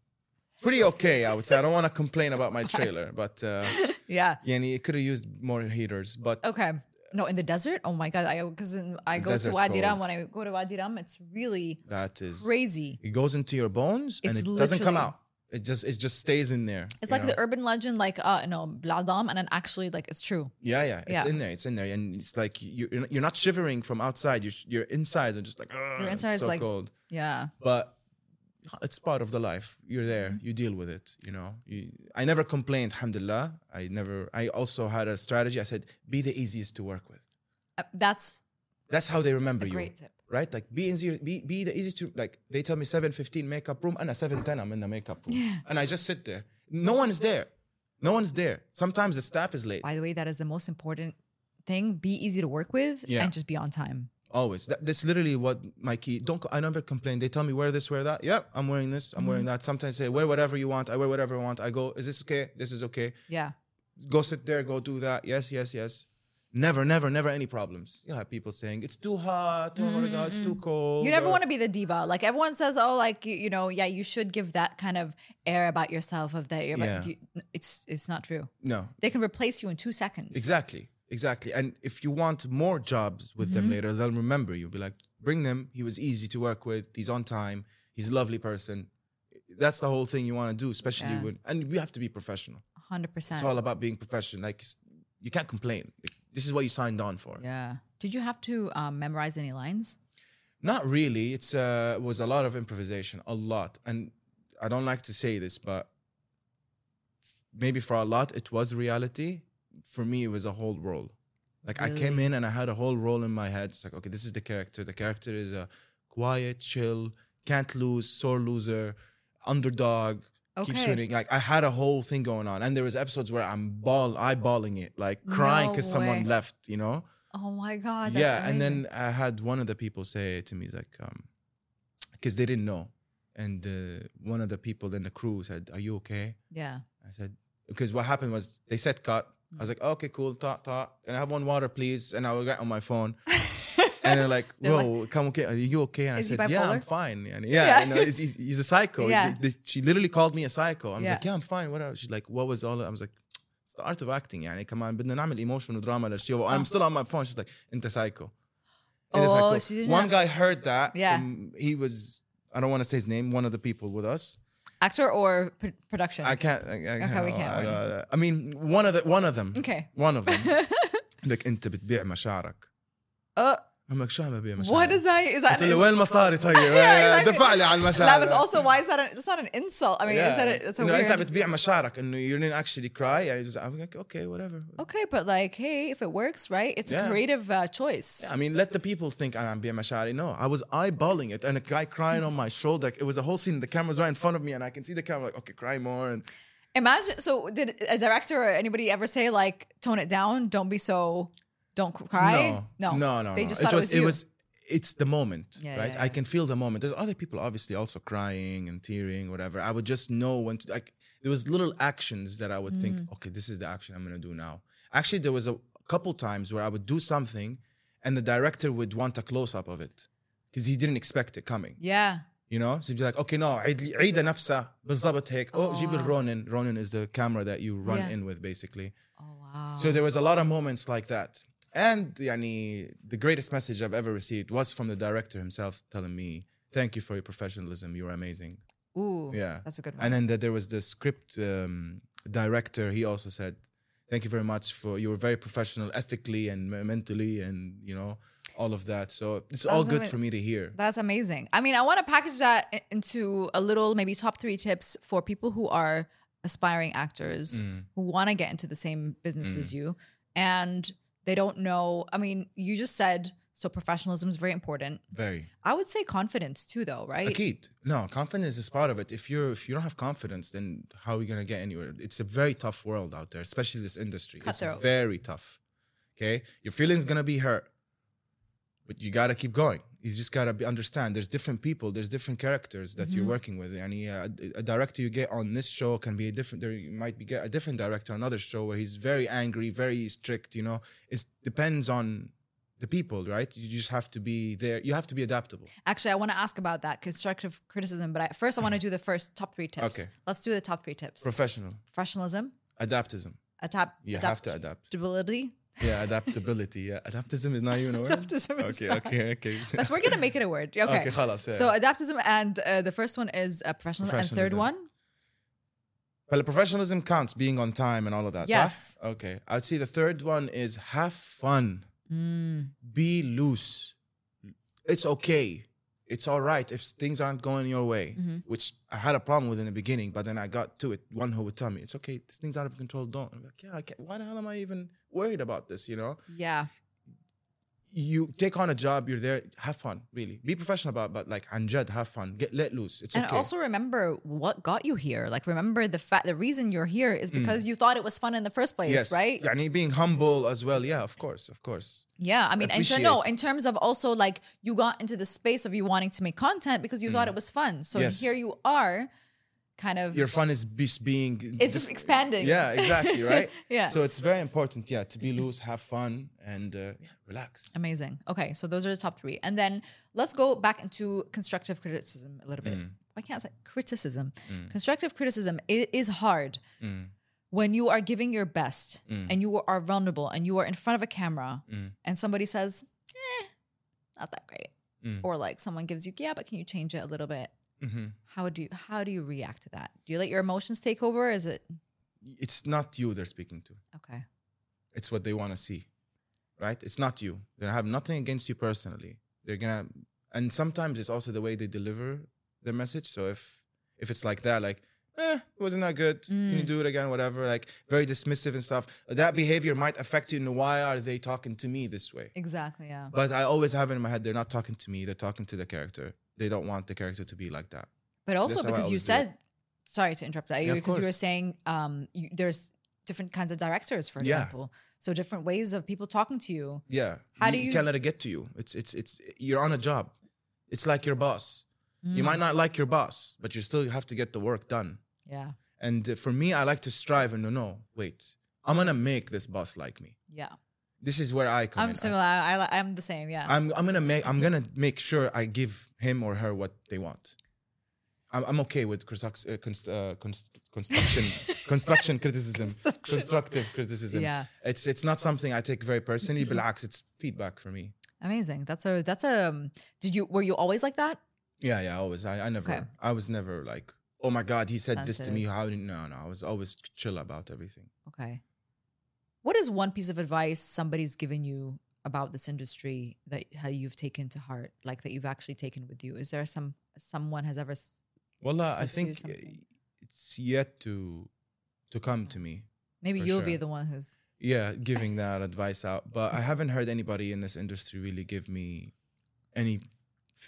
Speaker 1: pretty okay, I would say. I don't want to complain about my trailer, but uh,
Speaker 3: Yeah.
Speaker 1: يعني, it could have used more heaters. But
Speaker 3: Okay. No, in the desert. Oh my god! I because I go
Speaker 1: Desert
Speaker 3: to Wadi Ram.
Speaker 1: cold.
Speaker 3: When I go to Wadi Ram, it's really
Speaker 1: that is
Speaker 3: crazy.
Speaker 1: it goes into your bones and
Speaker 3: It's
Speaker 1: it doesn't come
Speaker 3: literally-
Speaker 1: out. It just it just stays in there.
Speaker 3: It's
Speaker 1: you
Speaker 3: like
Speaker 1: know?
Speaker 3: the urban legend, like uh, no, Bladam, and then actually, like it's true.
Speaker 1: Yeah, yeah, it's
Speaker 3: Yeah.
Speaker 1: in there. It's in there, and it's like you, you're not- you're not shivering from outside. You're sh- you're inside and just like your
Speaker 3: inside
Speaker 1: it's
Speaker 3: is
Speaker 1: so
Speaker 3: like-
Speaker 1: cold.
Speaker 3: Yeah.
Speaker 1: But it's part of the life. You're there. You deal with it. You know. You, I never complained. Alhamdulillah. I never. I also had a strategy. I said, be the easiest to work with.
Speaker 3: Uh, that's
Speaker 1: That's how they remember
Speaker 3: a
Speaker 1: you,
Speaker 3: great tip.
Speaker 1: right? Like be easy. Be be the easiest to like. They tell me seven fifteen makeup room, and at seven ten I'm in the makeup room, and I just sit there. No one is there. No one's there. Sometimes the staff is late.
Speaker 3: By the way, that is the most important thing. Be easy to work with
Speaker 1: Yeah.
Speaker 3: and just be on time.
Speaker 1: Always. That, that's literally what my key. Don't co- I never complain. They tell me wear this, wear that. Yep, I'm wearing this. I'm wearing that. Sometimes say wear whatever you want. I wear whatever I want. I go. Is this okay? This is okay.
Speaker 3: Yeah.
Speaker 1: Go sit there. Go do that. Yes, yes, yes. Never, never, never any problems. You'll have people saying it's too hot. Oh my god, it's too cold.
Speaker 3: Mm-hmm. You never want to be the diva. Like everyone says, oh, like you, you know, yeah, you should give that kind of air about yourself of that. You're
Speaker 1: Yeah.
Speaker 3: about, you, it's it's not true.
Speaker 1: No,
Speaker 3: They can replace you in two seconds.
Speaker 1: exactly, exactly. And if you want more jobs with
Speaker 3: Mm-hmm.
Speaker 1: them later, they'll remember you. Be like, bring them. He was easy to work with. He's on time. He's a lovely person. That's the whole thing you want to do, especially
Speaker 3: Yeah.
Speaker 1: when and we have to be professional.
Speaker 3: Hundred percent.
Speaker 1: It's all about being professional. Like s- you can't complain. Like, This is what you signed on for.
Speaker 3: Yeah. Did you have to um, memorize any lines?
Speaker 1: Not really. It's uh, was a lot of improvisation, a lot. And I don't like to say this, but maybe for a lot it was reality. For me, it was a whole role. Like I came in and I had a whole role in my head. It's like, okay, this is the character. The character is a quiet, chill, can't lose, sore loser, underdog. Keep
Speaker 3: Okay.
Speaker 1: shooting. Like I had a whole thing going on, and there was episodes where I'm ball eyeballing it, like crying
Speaker 3: No
Speaker 1: because
Speaker 3: way.
Speaker 1: someone left. You know?
Speaker 3: Oh my god. That's
Speaker 1: yeah and
Speaker 3: amazing.
Speaker 1: then i had one of the people say to me like um because they didn't know and uh, one of the people in the crew said are you okay
Speaker 3: yeah.
Speaker 1: i said because what happened was they said cut i was like okay cool talk talk and i have one water please and i will get on my phone and they're like
Speaker 3: They're
Speaker 1: whoa
Speaker 3: like-
Speaker 1: come okay are you okay and
Speaker 3: Is he
Speaker 1: i said yeah i'm
Speaker 3: bipolar?"
Speaker 1: fine and yeah,
Speaker 3: Yeah.
Speaker 1: you know, he's, he's, he's a psycho
Speaker 3: Yeah.
Speaker 1: They- they- she literally called me a psycho i was
Speaker 3: Yeah.
Speaker 1: like yeah i'm fine whatever she's like what was all that?" i was like it's the art of acting يعني كمان بدنا نعمل emotion ودراما للشيء I'm still on my phone she's like انت psycho it is
Speaker 3: Oh,
Speaker 1: like,
Speaker 3: she didn't
Speaker 1: one
Speaker 3: have-
Speaker 1: guy heard that.
Speaker 3: Yeah.
Speaker 1: from- he was. I don't want to say his name. One of the people with us.
Speaker 3: Actor or pr- production?
Speaker 1: I can't. I, I,
Speaker 3: Okay, we can't
Speaker 1: I,
Speaker 3: worry.
Speaker 1: I, I mean, one of the one of them.
Speaker 3: Okay.
Speaker 1: One of them. like أنت بتبيع مشاعرك.
Speaker 3: Uh,
Speaker 1: I'm like شو عم ببيع مشاعرك؟
Speaker 3: what is that? Is that?
Speaker 1: قلت
Speaker 3: an
Speaker 1: له
Speaker 3: ins-
Speaker 1: وين مصاري طيب؟
Speaker 3: exactly.
Speaker 1: دفع لي على
Speaker 3: that
Speaker 1: المشاعر.
Speaker 3: was also why is that? An, it's not an insult. I mean, is that? A, it's a
Speaker 1: إنه
Speaker 3: weird.
Speaker 1: أنت بتبيع مشاعرك إنه you didn't actually cry. I was, I'm like okay whatever.
Speaker 3: okay, but like, hey, if it works, right? It's a
Speaker 1: Yeah.
Speaker 3: creative uh, choice.
Speaker 1: I mean, let the people think I'm being Mashari. No, I was eyeballing it, and a guy crying on my shoulder. It was a whole scene. The camera's right in front of me, and I can see the camera. Like, okay, cry more. And
Speaker 3: Imagine. So, did a director or anybody ever say like, tone it down? Don't be so. Don't cry.
Speaker 1: no, no, no.
Speaker 3: They
Speaker 1: no.
Speaker 3: just thought it was,
Speaker 1: it
Speaker 3: you.
Speaker 1: was. It's the moment,
Speaker 3: Yeah,
Speaker 1: right?
Speaker 3: yeah,
Speaker 1: I
Speaker 3: yeah.
Speaker 1: can feel the moment. There's other people, obviously, also crying and tearing, whatever. I would just know when. To, like there was little actions that I would think,
Speaker 3: Mm.
Speaker 1: okay, this is the action I'm gonna do now. Actually, there was a couple times where I would do something, and the director would want a close up of it because he didn't expect it coming.
Speaker 3: yeah.
Speaker 1: You know, so you'd be like, okay, no, عيد لي- عيدها نفسها بالضبط هيك. Oh, جيب
Speaker 3: wow.
Speaker 1: الرونن. Ronin is the camera that you run
Speaker 3: Yeah.
Speaker 1: in with, basically.
Speaker 3: Oh wow.
Speaker 1: So there was a lot of moments like that. And yani, the greatest message I've ever received was from the director himself telling me, thank you for your professionalism. You were amazing.
Speaker 3: Ooh.
Speaker 1: Yeah.
Speaker 3: That's a good one.
Speaker 1: And then that there was the script um, director. He also said, thank you very much for, you were very professional ethically and me- mentally and, you know, all of that. So it's all
Speaker 3: Sounds
Speaker 1: good
Speaker 3: ama-
Speaker 1: for me to hear.
Speaker 3: That's amazing. I mean, I want to package that i- into a little maybe top three tips for people who are aspiring actors
Speaker 1: Mm.
Speaker 3: who want to get into the same business as you and they don't know. I mean, you just said so professionalism is very important.
Speaker 1: Very.
Speaker 3: I would say confidence too, though, right?
Speaker 1: Akid. No, confidence is part of it. If you're if you don't have confidence, then how are you gonna get anywhere? It's a very tough world out there, especially this industry.
Speaker 3: Cutthroat.
Speaker 1: It's very tough. Okay, your feelings gonna be hurt, but you gotta keep going. You just gotta be, understand. There's different people. There's different characters that you're working with. And yeah, a, a director you get on this show can be a different. There you might be get a different director on another show where he's very angry, very strict. You know, it depends on the people, right? You just have to be there. You have to be adaptable.
Speaker 3: Actually, I want to ask about that constructive criticism, but I, first I want to do the first top three tips.
Speaker 1: Okay.
Speaker 3: Let's do the top three tips.
Speaker 1: Professional,
Speaker 3: Professionalism,
Speaker 1: adaptism.
Speaker 3: adapt,
Speaker 1: You have to adapt.
Speaker 3: adaptability.
Speaker 1: Yeah, adaptability. Yeah, adaptism is not even a word.
Speaker 3: Adaptism is
Speaker 1: okay,
Speaker 3: not.
Speaker 1: okay, okay,
Speaker 3: But we're gonna make it a word. Okay.
Speaker 1: Okay, خلاص, yeah,
Speaker 3: So adaptism, and uh, the first one is uh, professionalism, and third
Speaker 1: Professionalism.
Speaker 3: one,
Speaker 1: But the professionalism counts, being on time and all of that. صح?
Speaker 3: Yes.
Speaker 1: Okay. I'd say the third one is have fun. Be loose. It's okay. It's all right if things aren't going your way,
Speaker 3: Mm-hmm.
Speaker 1: which I had a problem with in the beginning, but then I got to it. One who would tell me, it's okay, this thing's out of control, don't. I'm like, yeah, I can't. why the hell am I even worried about this, you know?
Speaker 3: Hmm, yeah,
Speaker 1: You take on a job, you're there, have fun, really. Be professional about but like, anjad, have fun, get let loose. It's
Speaker 3: and
Speaker 1: okay.
Speaker 3: also remember what got you here. Like remember the fact, the reason you're here is
Speaker 1: Hmm.
Speaker 3: because you thought it was fun in the first place, right?
Speaker 1: I mean, being humble as well. Yeah, of course, of course.
Speaker 3: Yeah, I mean, and so no,
Speaker 1: Appreciate.
Speaker 3: in terms of also like you got into the space of you wanting to make content because you thought it was fun. So
Speaker 1: Hmm. Yes.
Speaker 3: here you are, kind of.
Speaker 1: your fun is just being
Speaker 3: it's just expanding.
Speaker 1: yeah exactly right
Speaker 3: Yeah.
Speaker 1: so it's very important yeah to be loose have fun and uh, yeah, relax
Speaker 3: Amazing. Okay, so those are the top three, and then let's go back into constructive criticism a little bit.
Speaker 1: Mm,
Speaker 3: Why can't I say criticism? Constructive criticism it is hard
Speaker 1: mm,
Speaker 3: when you are giving your best and you are vulnerable and you are in front of a camera
Speaker 1: Mm.
Speaker 3: and somebody says, "Eh, not that great,"
Speaker 1: Mm.
Speaker 3: or like someone gives you, "Yeah, but can you change it a little bit?"
Speaker 1: Mm-hmm.
Speaker 3: How do you how do you react to that? Do you let your emotions take over? Is it
Speaker 1: it's not you they're speaking to
Speaker 3: okay?
Speaker 1: it's what they want to see right it's not you they have nothing against you personally they're gonna and sometimes it's also the way they deliver the message so if if it's like that like eh, wasn't that good can you
Speaker 3: Mm.
Speaker 1: do it again whatever like very dismissive and stuff that behavior might affect you and why are they talking to me this way
Speaker 3: Exactly. Yeah.
Speaker 1: But I always have it in my head, they're not talking to me, they're talking to the character. They don't want the character to be like that.
Speaker 3: But also
Speaker 1: That's how I
Speaker 3: because you
Speaker 1: always do it.
Speaker 3: said, sorry to interrupt that,
Speaker 1: of
Speaker 3: because you were
Speaker 1: course.
Speaker 3: saying um, you, there's different kinds of directors, for
Speaker 1: Yeah.
Speaker 3: example. So different ways of people talking to you.
Speaker 1: Yeah.
Speaker 3: How do
Speaker 1: you
Speaker 3: you-
Speaker 1: can't let it get to you. It's it's it's you're on a job. It's like your boss. You
Speaker 3: Mm,
Speaker 1: might
Speaker 3: Mm-hmm.
Speaker 1: not like your boss, but you still have to get the work done.
Speaker 3: Yeah.
Speaker 1: And uh, for me, I like to strive and no, no, wait. I'm gonna make this boss like me.
Speaker 3: Yeah.
Speaker 1: This is where I come
Speaker 3: I'm
Speaker 1: in.
Speaker 3: similar. I, I, I'm the same. Yeah.
Speaker 1: I, am I'm gonna make I'm gonna make sure I give him or her what they want. I'm, I'm okay with construct, uh, const, uh, const, construction construction criticism constructive criticism.
Speaker 3: Yeah.
Speaker 1: it's it's not something I take very personally. but it's feedback for me.
Speaker 3: Amazing. That's a, that's a, um, did you, were you always like that?
Speaker 1: Yeah, yeah. Always, I, I never,
Speaker 3: Okay.
Speaker 1: I was never like, oh my god, he said this to me.
Speaker 3: Sensitive.
Speaker 1: How did no, no? I was always chill about everything.
Speaker 3: Okay. What is one piece of advice somebody's given you about this industry that how you've taken to heart, like that you've actually taken with you? Is there some, someone has ever, s-
Speaker 1: Well, I
Speaker 3: Said to you
Speaker 1: think uh,
Speaker 3: something.
Speaker 1: it's yet to to come to me.
Speaker 3: maybe
Speaker 1: For
Speaker 3: you'll be
Speaker 1: sure.
Speaker 3: the one who's,
Speaker 1: yeah giving that advice out but i haven't heard anybody in this industry really give me any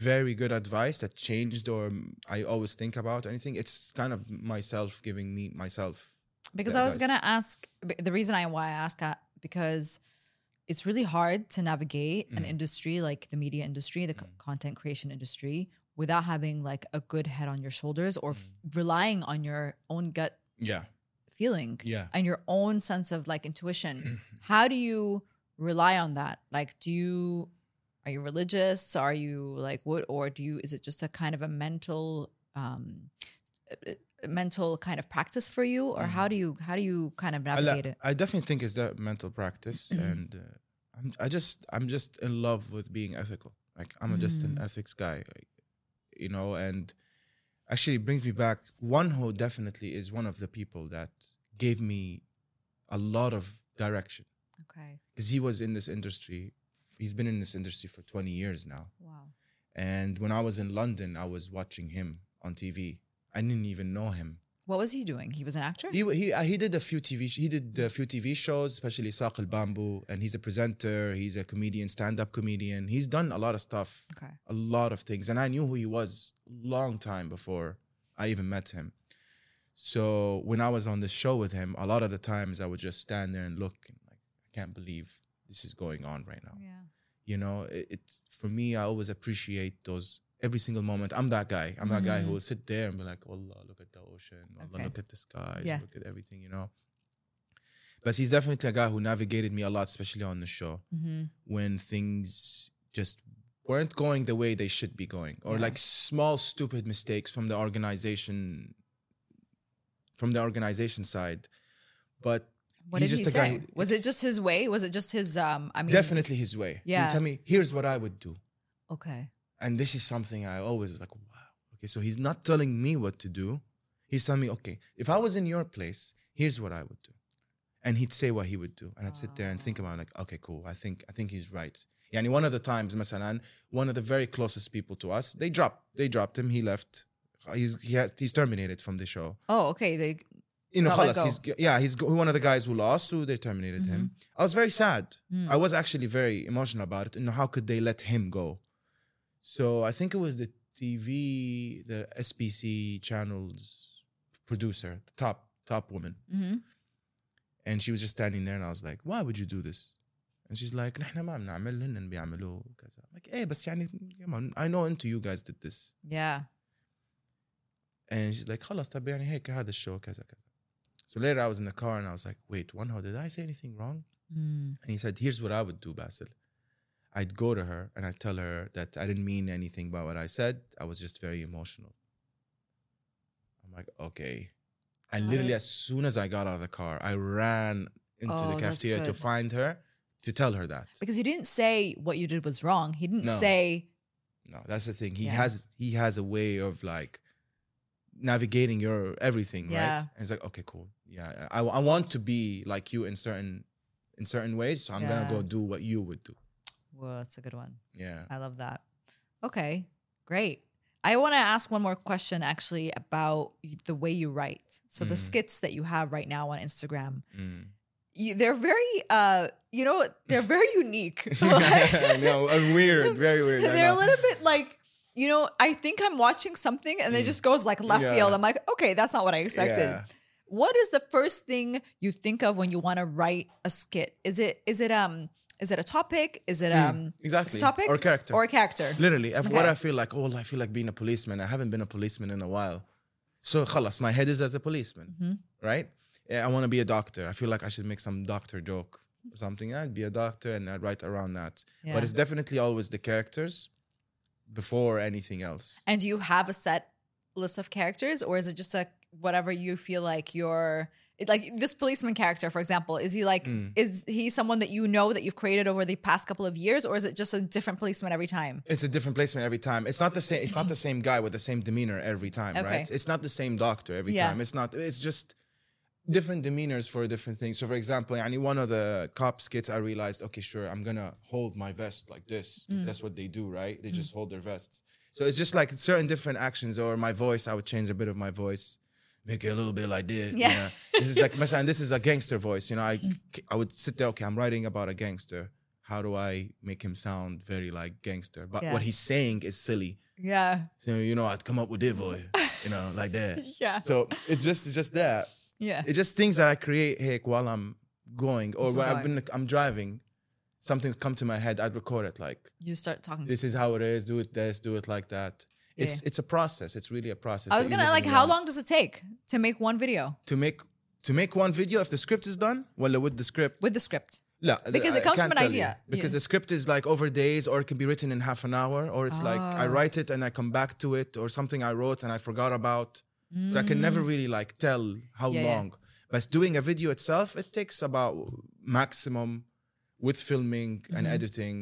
Speaker 1: very good advice that changed or i always think about anything it's kind of myself giving me myself
Speaker 3: because
Speaker 1: the
Speaker 3: I was
Speaker 1: advice.
Speaker 3: gonna ask b- the reason I why I ask that because it's really hard to navigate an industry like the media industry, the co- content creation industry, without having like a good head on your shoulders or f- relying on your own gut
Speaker 1: yeah
Speaker 3: feeling
Speaker 1: Yeah.
Speaker 3: and your own sense of like intuition. How do you rely on that? Like, do you are you religious? Are you like what? Or do you is it just a kind of a mental um, uh, uh, mental kind of practice for you? Or how do you how do you kind of
Speaker 1: I,
Speaker 3: navigate
Speaker 1: li-
Speaker 3: it?
Speaker 1: I definitely think it's that mental practice and uh, I'm, i just i'm just in love with being ethical like i'm just an ethics guy like, you know and actually it brings me back one who definitely is one of the people that gave me a lot of direction
Speaker 3: Okay.
Speaker 1: because he was in this industry. He's been in this industry for 20 years now.
Speaker 3: Wow.
Speaker 1: And when I was in London, I was watching him on TV. I didn't even know him.
Speaker 3: What was he doing? He was an actor.
Speaker 1: He he uh, he did a few TV sh- he did a few TV shows, especially Saq al Bamboo, and he's a presenter. He's a comedian, stand up comedian. He's done a lot of stuff,
Speaker 3: Okay.
Speaker 1: a lot of things, and I knew who he was long time before I even met him. So when I was on the show with him, a lot of the times I would just stand there and look and like I can't believe this is going on right now
Speaker 3: Yeah.
Speaker 1: you know it, it for me i always appreciate those every single moment i'm that guy i'm that guy who will sit there and be like allah look at the ocean allah
Speaker 3: Mm-hmm. Okay.
Speaker 1: look at the skies
Speaker 3: Yeah.
Speaker 1: look at everything you know But he's definitely a guy who navigated me a lot, especially on the show
Speaker 3: hmm
Speaker 1: when things just weren't going the way they should be going, or like small stupid mistakes from the organization, from the organization side. But
Speaker 3: What
Speaker 1: He's
Speaker 3: did he
Speaker 1: just a guy
Speaker 3: say?
Speaker 1: who-
Speaker 3: Was it just his way? Was it just his? Um, I mean,
Speaker 1: definitely his way.
Speaker 3: Yeah.
Speaker 1: He tell me, here's what I would do.
Speaker 3: Okay.
Speaker 1: And this is something I always was like, wow. Okay, so he's not telling me what to do. He's telling me, okay, if I was in your place, here's what I would do. And he'd say what he would do. And I'd sit there and think about it, like, okay, cool. I think I think he's right. Yeah, and one of the times, Masalan, one of the very closest people to us, they dropped, they dropped him. He left. He's he has, he's terminated from the show
Speaker 3: Oh, okay. They,
Speaker 1: you know,
Speaker 3: Not let
Speaker 1: خلاص, he's yeah, he's go- one of the guys who lost, who they terminated him. I was very sad. I was actually very emotional about it. And how could they let him go? So I think it was the TV, the SBC channel's producer, the top top woman,
Speaker 3: Mhm.
Speaker 1: and she was just standing there, and I was like, "Why would you do this?" And she's like, "نحن ما بنعمل هن بيعملوه كذا." I'm like, "Hey, بس يعني come on, I know into you guys did this."
Speaker 3: yeah.
Speaker 1: And she's like, خلاص طب يعني هيك هذا الشو كذا كذا. So later I was in the car and I was like, wait, one how did I say anything wrong?
Speaker 3: Mm.
Speaker 1: And he said, here's what I would do, Basil. I'd go to her and I'd tell her that I didn't mean anything by what I said. I was just very emotional. I'm like, okay. And
Speaker 3: Got
Speaker 1: literally
Speaker 3: it.
Speaker 1: as soon as I got out of the car, I ran into
Speaker 3: Oh,
Speaker 1: the
Speaker 3: that's
Speaker 1: cafeteria to
Speaker 3: good.
Speaker 1: find her to tell her that.
Speaker 3: Because he didn't say what you did was wrong. He didn't
Speaker 1: No.
Speaker 3: say
Speaker 1: No, that's the thing. He
Speaker 3: Yeah.
Speaker 1: has he has a way of like navigating your everything,
Speaker 3: Yeah.
Speaker 1: right? And it's like, okay, cool. Yeah, I, I want to be like you in certain in certain ways, so I'm
Speaker 3: Yeah.
Speaker 1: gonna go do what you would do.
Speaker 3: Whoa, that's a good one.
Speaker 1: Yeah.
Speaker 3: I love that. Okay, great. I want to ask one more question actually about y- the way you write. So the
Speaker 1: Mm.
Speaker 3: skits that you have right now on Instagram,
Speaker 1: Mm.
Speaker 3: you, they're very, uh, you know, they're very unique.
Speaker 1: no, uh, weird, very weird. I
Speaker 3: they're a
Speaker 1: know.
Speaker 3: little bit like, you know, I think I'm watching something and it
Speaker 1: Mm.
Speaker 3: just goes like left
Speaker 1: Yeah.
Speaker 3: field. I'm like, okay, that's not what I expected.
Speaker 1: Yeah.
Speaker 3: What is the first thing you think of when you want to write a skit? Is it is it um is it a topic? Is it
Speaker 1: Mm,
Speaker 3: um
Speaker 1: exactly.
Speaker 3: topic
Speaker 1: or character
Speaker 3: or a character?
Speaker 1: Literally, if what
Speaker 3: Okay.
Speaker 1: I feel like, oh, I feel like being a policeman. I haven't been a policeman in a while. So, خلاص, my head is as a policeman,
Speaker 3: Mm-hmm.
Speaker 1: right? Yeah, I want to be a doctor. I feel like I should make some doctor joke or something. I'd be a doctor and I'd write around that.
Speaker 3: Yeah.
Speaker 1: But it's definitely always the characters before anything else.
Speaker 3: And do you have a set list of characters, or is it just like whatever you feel like you're? It, like this policeman character, for example, is he like
Speaker 1: Mm.
Speaker 3: is he someone that you know that you've created over the past couple of years, or is it just a different policeman every time?
Speaker 1: It's a different placement every time. It's not the same. It's not the same guy with the same demeanor every time,
Speaker 3: Okay.
Speaker 1: right? It's not the same doctor every
Speaker 3: Yeah.
Speaker 1: time. It's not. It's just different demeanors for different things. So, for example, yani one of the cop skits, I realized, okay, sure, I'm gonna hold my vest like this. 'cause
Speaker 3: Mm.
Speaker 1: That's what they do, right? They just hold their vests. So it's just like certain different actions, or my voice. I would change a bit of my voice, make it a little bit like this.
Speaker 3: Yeah.
Speaker 1: you
Speaker 3: Mm-hmm.
Speaker 1: know? this is like, مثلا, this is a gangster voice. You know, I I would sit there. Okay, I'm writing about a gangster. How do I make him sound very like gangster? But
Speaker 3: Yeah.
Speaker 1: what he's saying is silly.
Speaker 3: Yeah,
Speaker 1: So you know, I'd come up with this voice, you know, like that.
Speaker 3: yeah,
Speaker 1: So it's just it's just that.
Speaker 3: yeah.
Speaker 1: It's just things that I create hey, while I'm going or
Speaker 3: Just
Speaker 1: when I've
Speaker 3: going.
Speaker 1: been I'm driving. Something come to my head, I'd record it like
Speaker 3: You start talking.
Speaker 1: this is how it is, do it this, do it like that. It's
Speaker 3: Yeah.
Speaker 1: it's a process. It's really a process.
Speaker 3: I
Speaker 1: that
Speaker 3: was
Speaker 1: you
Speaker 3: gonna
Speaker 1: live
Speaker 3: like,
Speaker 1: and
Speaker 3: how
Speaker 1: learn.
Speaker 3: long does it take to make one video
Speaker 1: to make to make one video if the script is done? Well with the script.
Speaker 3: with the script?
Speaker 1: No,
Speaker 3: Because it
Speaker 1: uh, I
Speaker 3: comes from
Speaker 1: can't
Speaker 3: an
Speaker 1: tell
Speaker 3: idea.
Speaker 1: you. Because
Speaker 3: Yeah.
Speaker 1: the script is like over days, or it can be written in half an hour, or it's like I
Speaker 3: Ah.
Speaker 1: write it and I come back to it, or something I wrote and I forgot about. So I can never really like tell how
Speaker 3: Mm. Yeah, yeah.
Speaker 1: long. But doing a video itself, it takes about maximum with filming
Speaker 3: Mm-hmm.
Speaker 1: and editing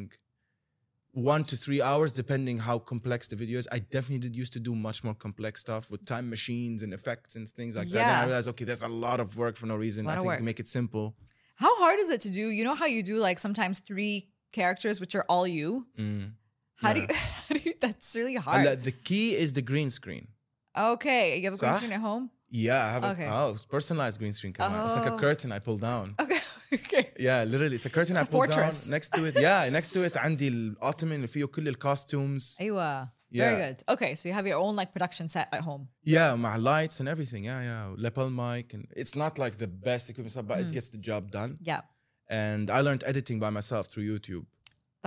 Speaker 1: one to three hours, depending how complex the video is. I definitely did used to do much more complex stuff with time machines and effects and things like that. Then
Speaker 3: Yeah.
Speaker 1: I realized, okay, there's a lot of work for no reason.
Speaker 3: Lot
Speaker 1: I
Speaker 3: of
Speaker 1: think
Speaker 3: work.
Speaker 1: make it simple.
Speaker 3: How hard is it to do? You know how you do like sometimes three characters, which are all you.
Speaker 1: Mm.
Speaker 3: How do
Speaker 1: Yeah.
Speaker 3: you? How do you? That's really
Speaker 1: And
Speaker 3: hard.
Speaker 1: the- the key is the green screen.
Speaker 3: Okay, you have a green
Speaker 1: Sah?
Speaker 3: screen at home.
Speaker 1: Yeah, I have
Speaker 3: Okay.
Speaker 1: a oh, it's personalized green screen camera. It's like a
Speaker 3: Oh.
Speaker 1: curtain I pull down.
Speaker 3: Okay, okay.
Speaker 1: Yeah, literally, it's a curtain
Speaker 3: It's
Speaker 1: I
Speaker 3: a
Speaker 1: pull
Speaker 3: fortress.
Speaker 1: down. Next to it, yeah, next to it عندي الأوتومان اللي فيه كل الكوستومز.
Speaker 3: Aywa. Very
Speaker 1: Yeah.
Speaker 3: good. Okay, so you have your own like production set at home.
Speaker 1: Yeah, مع lights and everything. Yeah, yeah, lapel mic and it's not like the best equipment stuff,
Speaker 3: Mm.
Speaker 1: but it gets the job done.
Speaker 3: Yeah.
Speaker 1: And I learned editing by myself through YouTube.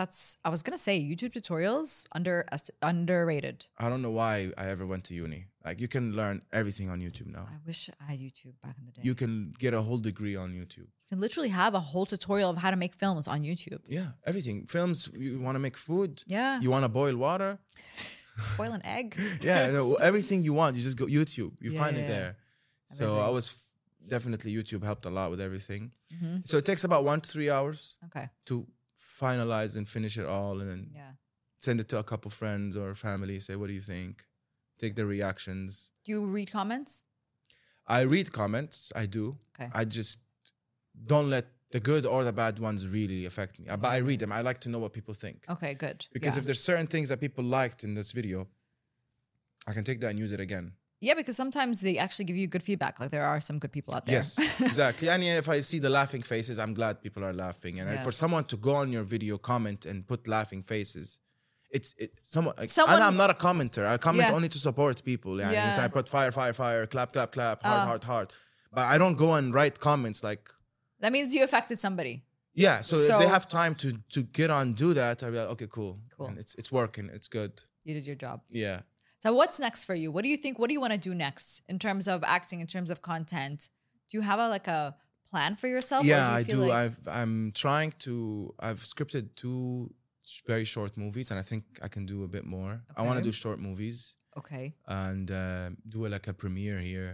Speaker 3: That's I was gonna say YouTube tutorials under underrated.
Speaker 1: I don't know why I ever went to uni. I Like you can learn everything on YouTube now.
Speaker 3: I wish I had YouTube back in the day.
Speaker 1: You can get a whole degree on YouTube.
Speaker 3: You can literally have a whole tutorial of how to make films on YouTube.
Speaker 1: Yeah, everything. Films. You want to make food.
Speaker 3: Yeah.
Speaker 1: You want to boil water.
Speaker 3: Boil an egg.
Speaker 1: Yeah, no, everything you want. You just go YouTube. You
Speaker 3: Yeah,
Speaker 1: find
Speaker 3: yeah,
Speaker 1: it
Speaker 3: yeah.
Speaker 1: there. So
Speaker 3: Amazing.
Speaker 1: I was f- definitely YouTube helped a lot with everything.
Speaker 3: Mhm.
Speaker 1: So it takes about one to three hours
Speaker 3: Okay.
Speaker 1: to finalize and finish it all, and then
Speaker 3: Yeah.
Speaker 1: send it to a couple friends or family. Say, what do you think? Take their reactions.
Speaker 3: Do you read comments?
Speaker 1: I read comments. I do.
Speaker 3: Okay.
Speaker 1: I just don't let the good or the bad ones really affect me. I- But I read them. I like to know what people think
Speaker 3: Okay, good.
Speaker 1: because
Speaker 3: Oh, yeah.
Speaker 1: if there's certain things that people liked in this video, I can take that and use it again.
Speaker 3: yeah, because sometimes they actually give you good feedback. Like there are some good people out there.
Speaker 1: Yes, exactly. And if I see the laughing faces, I'm glad people are laughing. And I-
Speaker 3: Yeah.
Speaker 1: for someone to go on your video comment and put laughing faces, it's it, someone, like,
Speaker 3: Someone-
Speaker 1: And I'm not a commenter. I comment
Speaker 3: Yeah.
Speaker 1: only to support people. Yeah.
Speaker 3: Yeah.
Speaker 1: So I put fire, fire, fire, clap, clap, clap, hard,
Speaker 3: Ah.
Speaker 1: hard, hard. But I don't go and write comments like.
Speaker 3: that means you affected somebody.
Speaker 1: Yeah, so, if
Speaker 3: So-
Speaker 1: they have time to to get on do that, I'll be like, okay, cool,
Speaker 3: Cool.
Speaker 1: and it's it's working, it's good.
Speaker 3: You did your job.
Speaker 1: Yeah,
Speaker 3: So what's next for you? What do you think? What do you want to do next in terms of acting? In terms of content? Do you have a like a plan for yourself? or
Speaker 1: yeah, I
Speaker 3: feel
Speaker 1: do.
Speaker 3: like-
Speaker 1: I've I'm trying to. I've scripted two sh- very short movies, and I think I can do a bit more. I want to
Speaker 3: Okay.
Speaker 1: do short movies
Speaker 3: okay.
Speaker 1: and uh, do like a premiere here.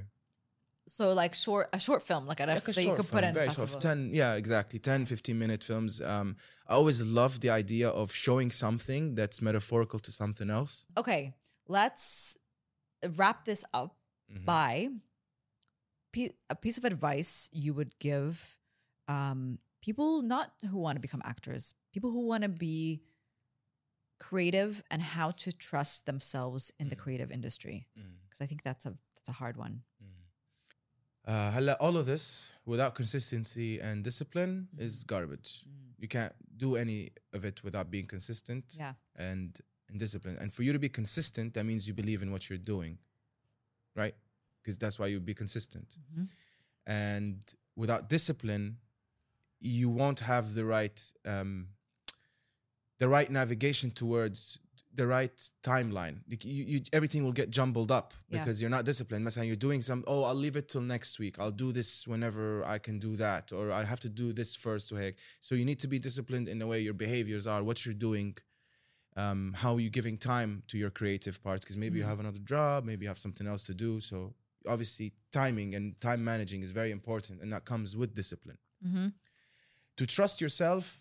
Speaker 3: So like short a short film like at a,
Speaker 1: like a
Speaker 3: that you
Speaker 1: short
Speaker 3: could put
Speaker 1: film,
Speaker 3: in a
Speaker 1: very short,
Speaker 3: festival.
Speaker 1: 10 yeah exactly 10 15 minute films um i always love the idea of showing something that's metaphorical to something else
Speaker 3: Okay, let's wrap this up
Speaker 1: Mhm.
Speaker 3: by pe- a piece of advice you would give um, people not who want to become actors, people who want to be creative and how to trust themselves in the creative industry
Speaker 1: Mm.
Speaker 3: because I think that's a that's a hard one.
Speaker 1: Mm-hmm. Uh, هلا all of this without consistency and discipline is garbage. You can't do any of it without being consistent
Speaker 3: Yeah.
Speaker 1: and, and disciplined. And for you to be consistent, that means you believe in what you're doing, right? Because that's why you be consistent.
Speaker 3: Mhm.
Speaker 1: And without discipline, you won't have the right um, the right navigation towards the right timeline. Like, You, you, everything will get jumbled up
Speaker 3: Yeah.
Speaker 1: because you're not disciplined. Mesela you're doing some, oh, I'll leave it till next week. I'll do this whenever I can do that, or I have to do this first. Or heck. So you need to be disciplined in the way your behaviors are, what you're doing, um, how you're giving time to your creative parts. Because maybe you
Speaker 3: Mhm.
Speaker 1: have another job, maybe you have something else to do. So obviously, timing and time managing is very important, and that comes with discipline
Speaker 3: Mm-hmm.
Speaker 1: to trust yourself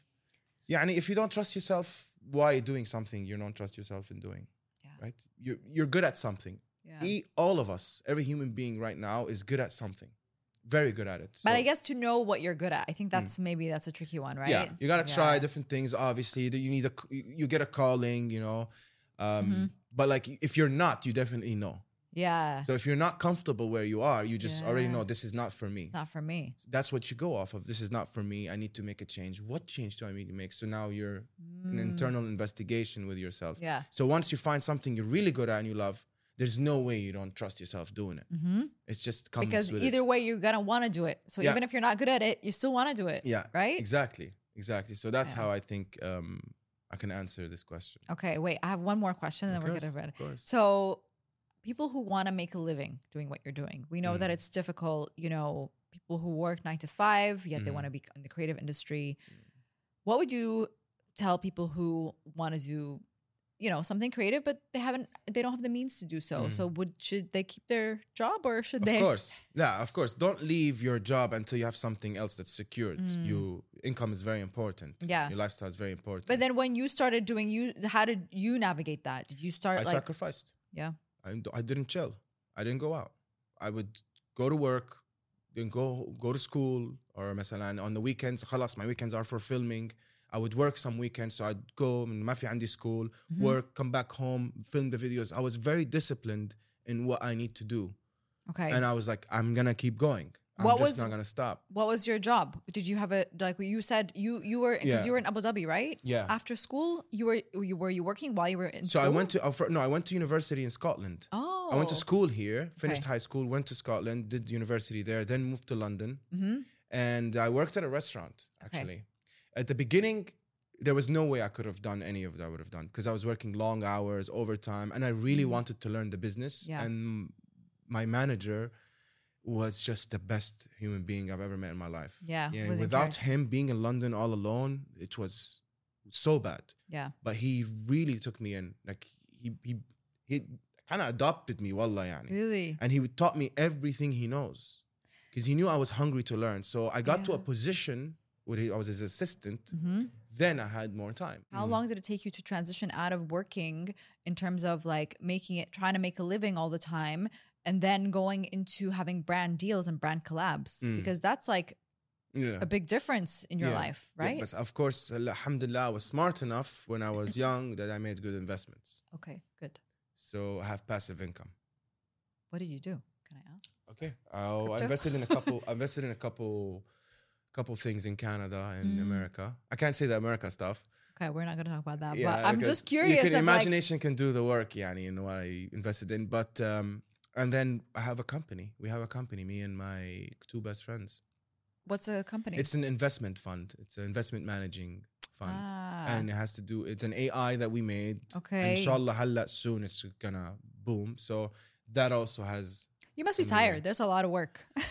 Speaker 1: يعني if you don't trust yourself why doing something you don't trust yourself in doing
Speaker 3: Yeah.
Speaker 1: right you're, you're good at something
Speaker 3: Yeah.
Speaker 1: E- all of us every human being right now is good at something very good at it
Speaker 3: But
Speaker 1: So, Mm.
Speaker 3: I guess to know what you're good at, I think that's maybe that's a tricky one, right?
Speaker 1: yeah you gotta try
Speaker 3: Yeah.
Speaker 1: different things obviously that you need a c- you get a calling you know um
Speaker 3: Mhm.
Speaker 1: but like if you're not you definitely know
Speaker 3: Yeah,
Speaker 1: so if you're not comfortable where you are you just already
Speaker 3: Yeah.
Speaker 1: know this is not for me
Speaker 3: it's not for me.
Speaker 1: that's what you go off of this is not for me i need to make a change what change do i need to make so now you're an
Speaker 3: Mm.
Speaker 1: internal investigation with yourself.
Speaker 3: Yeah.
Speaker 1: So once you find something you're really good at and you love, there's no way you don't trust yourself doing it.
Speaker 3: Mm-hmm.
Speaker 1: It's just comes
Speaker 3: because
Speaker 1: with
Speaker 3: either
Speaker 1: it.
Speaker 3: way you're gonna want to do it so
Speaker 1: Yeah.
Speaker 3: even if you're not good at it you still want to do it
Speaker 1: yeah,
Speaker 3: right
Speaker 1: exactly, exactly. So that's
Speaker 3: Yeah.
Speaker 1: how I think um, I can answer this question.
Speaker 3: okay wait i have one more question and
Speaker 1: Of
Speaker 3: then we're gonna
Speaker 1: course,
Speaker 3: read it
Speaker 1: of course.
Speaker 3: so people who want to make a living doing what you're doing we know that
Speaker 1: Mm-hmm.
Speaker 3: it's difficult you know people who work nine to five yet they
Speaker 1: Mhm.
Speaker 3: want to be in the creative industry what would you tell people who want to do you know something creative but they haven't they don't have the means to do so
Speaker 1: Mhm.
Speaker 3: so would should they keep their job or should
Speaker 1: Of
Speaker 3: they
Speaker 1: course, yeah, of course. Don't leave your job until you have something else that's secured.
Speaker 3: Mm.
Speaker 1: You income is very important.
Speaker 3: Yeah.
Speaker 1: your lifestyle is very important.
Speaker 3: but then when you started doing you how did you navigate that did you start
Speaker 1: I
Speaker 3: like
Speaker 1: sacrificed.
Speaker 3: Yeah.
Speaker 1: I, d- I didn't chill. I didn't go out. I would go to work, then go go to school, or مثلا on the weekends, خلاص, my weekends are for filming. I would work some weekends, so I'd go, ما في عندي school,
Speaker 3: Mhm.
Speaker 1: work, come back home, film the videos. I was very disciplined in what I need to do.
Speaker 3: Okay.
Speaker 1: And I was like, I'm going to keep going. I'm
Speaker 3: What
Speaker 1: just
Speaker 3: was-
Speaker 1: not going to stop.
Speaker 3: what was your job? Did you have a like you said you you were because
Speaker 1: Yeah.
Speaker 3: you were in Abu Dhabi, right?
Speaker 1: Yeah.
Speaker 3: After school, you were you were you working while you were in
Speaker 1: so I
Speaker 3: Uh, school?
Speaker 1: went to, uh, fir- no, I went to university in Scotland.
Speaker 3: Oh.
Speaker 1: I went to school here, finished
Speaker 3: Okay.
Speaker 1: high school, went to Scotland, did university there, then moved to London.
Speaker 3: hmm
Speaker 1: and I worked at a restaurant
Speaker 3: Okay.
Speaker 1: actually. At the beginning, there was no way I could have done any of that I would have done because I was working long hours, overtime, and I really wanted to learn the business.
Speaker 3: Mm-hmm. Yeah.
Speaker 1: And my manager was just the best human being I've ever met in my life.
Speaker 3: Yeah,
Speaker 1: Yeah, and
Speaker 3: wasn't
Speaker 1: without him being in London all alone, it was so bad.
Speaker 3: Yeah.
Speaker 1: But he really took me in. Like he he he kind of adopted me, wallah yani.
Speaker 3: Really?
Speaker 1: And he would taught me everything he knows. Because he knew I was hungry to learn. So I got to a
Speaker 3: Yeah.
Speaker 1: position where he, I was his assistant.
Speaker 3: hmm
Speaker 1: Then I had more time.
Speaker 3: How long did it take you to transition out of working in terms of like making it, trying to make a living all the time, and then going into having brand deals and brand collabs?
Speaker 1: Mm.
Speaker 3: Because that's like
Speaker 1: Yeah.
Speaker 3: a big difference in your
Speaker 1: Yeah.
Speaker 3: life,
Speaker 1: Yeah,
Speaker 3: right?
Speaker 1: but of course, alhamdulillah, I was smart enough when I was young that I made good investments.
Speaker 3: okay, good.
Speaker 1: So I have passive income.
Speaker 3: What did you do? Can I ask?
Speaker 1: Okay. Oh, I
Speaker 3: Crypto?
Speaker 1: invested in a couple. I invested in a couple, couple things in Canada and
Speaker 3: Mm.
Speaker 1: America. I can't say the America stuff.
Speaker 3: Okay, we're not going to talk about that.
Speaker 1: Yeah,
Speaker 3: but I'm
Speaker 1: because
Speaker 3: just curious.
Speaker 1: You can,
Speaker 3: of, like,
Speaker 1: imagination can do the work, yani, in what I invested in. But um, and then I have a company. We have a company. Me and my two best friends.
Speaker 3: what's a company?
Speaker 1: It's an investment fund. It's an investment managing fund.
Speaker 3: Ah,
Speaker 1: and it has to do it's an AI that we made.
Speaker 3: Okay.
Speaker 1: And inshallah halla soon it's gonna boom. So that also has
Speaker 3: you must be
Speaker 1: Mm.
Speaker 3: tired. There's a lot of work.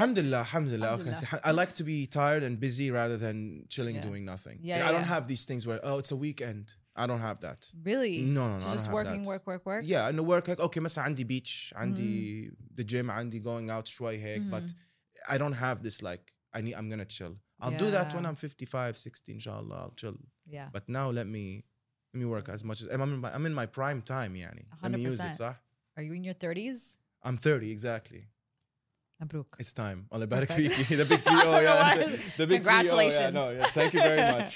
Speaker 1: Alhamdulillah, alhamdulillah. I, can
Speaker 3: Alhamdulillah.
Speaker 1: say, I like to be tired and busy rather than chilling and
Speaker 3: Yeah.
Speaker 1: doing nothing.
Speaker 3: Yeah,
Speaker 1: Like,
Speaker 3: yeah,
Speaker 1: I don't
Speaker 3: yeah.
Speaker 1: have these things where oh it's a weekend. I don't have that.
Speaker 3: really?
Speaker 1: Mm, No, no, no.
Speaker 3: So
Speaker 1: I
Speaker 3: just
Speaker 1: don't have
Speaker 3: working,
Speaker 1: that.
Speaker 3: work, work, Mm. work.
Speaker 1: Yeah, and the work like okay, مثلا عندي beach, عندي the gym, عندي going out شوي هيك, but
Speaker 3: Mm.
Speaker 1: I don't have this like I need I'm gonna chill. I'll do that
Speaker 3: Yeah.
Speaker 1: when I'm 55, 60, inshallah, I'll chill.
Speaker 3: Yeah.
Speaker 1: But now let me let me work as much as I'm in my, I'm in my prime time, yani. Let me use it,
Speaker 3: 100%.
Speaker 1: صح?
Speaker 3: Are you in your 30s?
Speaker 1: I'm 30 exactly.
Speaker 3: Mabruk.
Speaker 1: It's time. Allah barak
Speaker 3: Perfect.
Speaker 1: fiki. The big
Speaker 3: I
Speaker 1: three oh
Speaker 3: don't know
Speaker 1: yeah.
Speaker 3: what-
Speaker 1: The big 3-0, yeah, no,
Speaker 3: Congratulations.
Speaker 1: yeah. Thank you very much.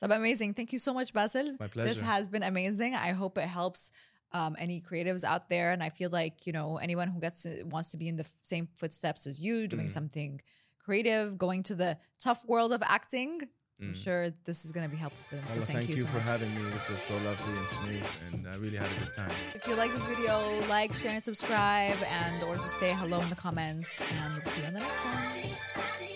Speaker 3: So amazing. Thank you so much, Basil.
Speaker 1: my pleasure.
Speaker 3: This has been amazing. I hope it helps um, any creatives out there, and I feel like you know anyone who gets to, wants to be in the f- same footsteps as you, doing
Speaker 1: Mm.
Speaker 3: something creative, going to the tough world of acting. I'm
Speaker 1: Mm.
Speaker 3: sure this is going to be helpful for them. So
Speaker 1: Allah,
Speaker 3: thank, you, so
Speaker 1: for
Speaker 3: much.
Speaker 1: having me. This was so lovely and smooth, and I really had a good time.
Speaker 3: if you like this video, like, share, and subscribe, and or just say hello in the comments, and we'll see you on the next one.
Speaker 6: Thank you.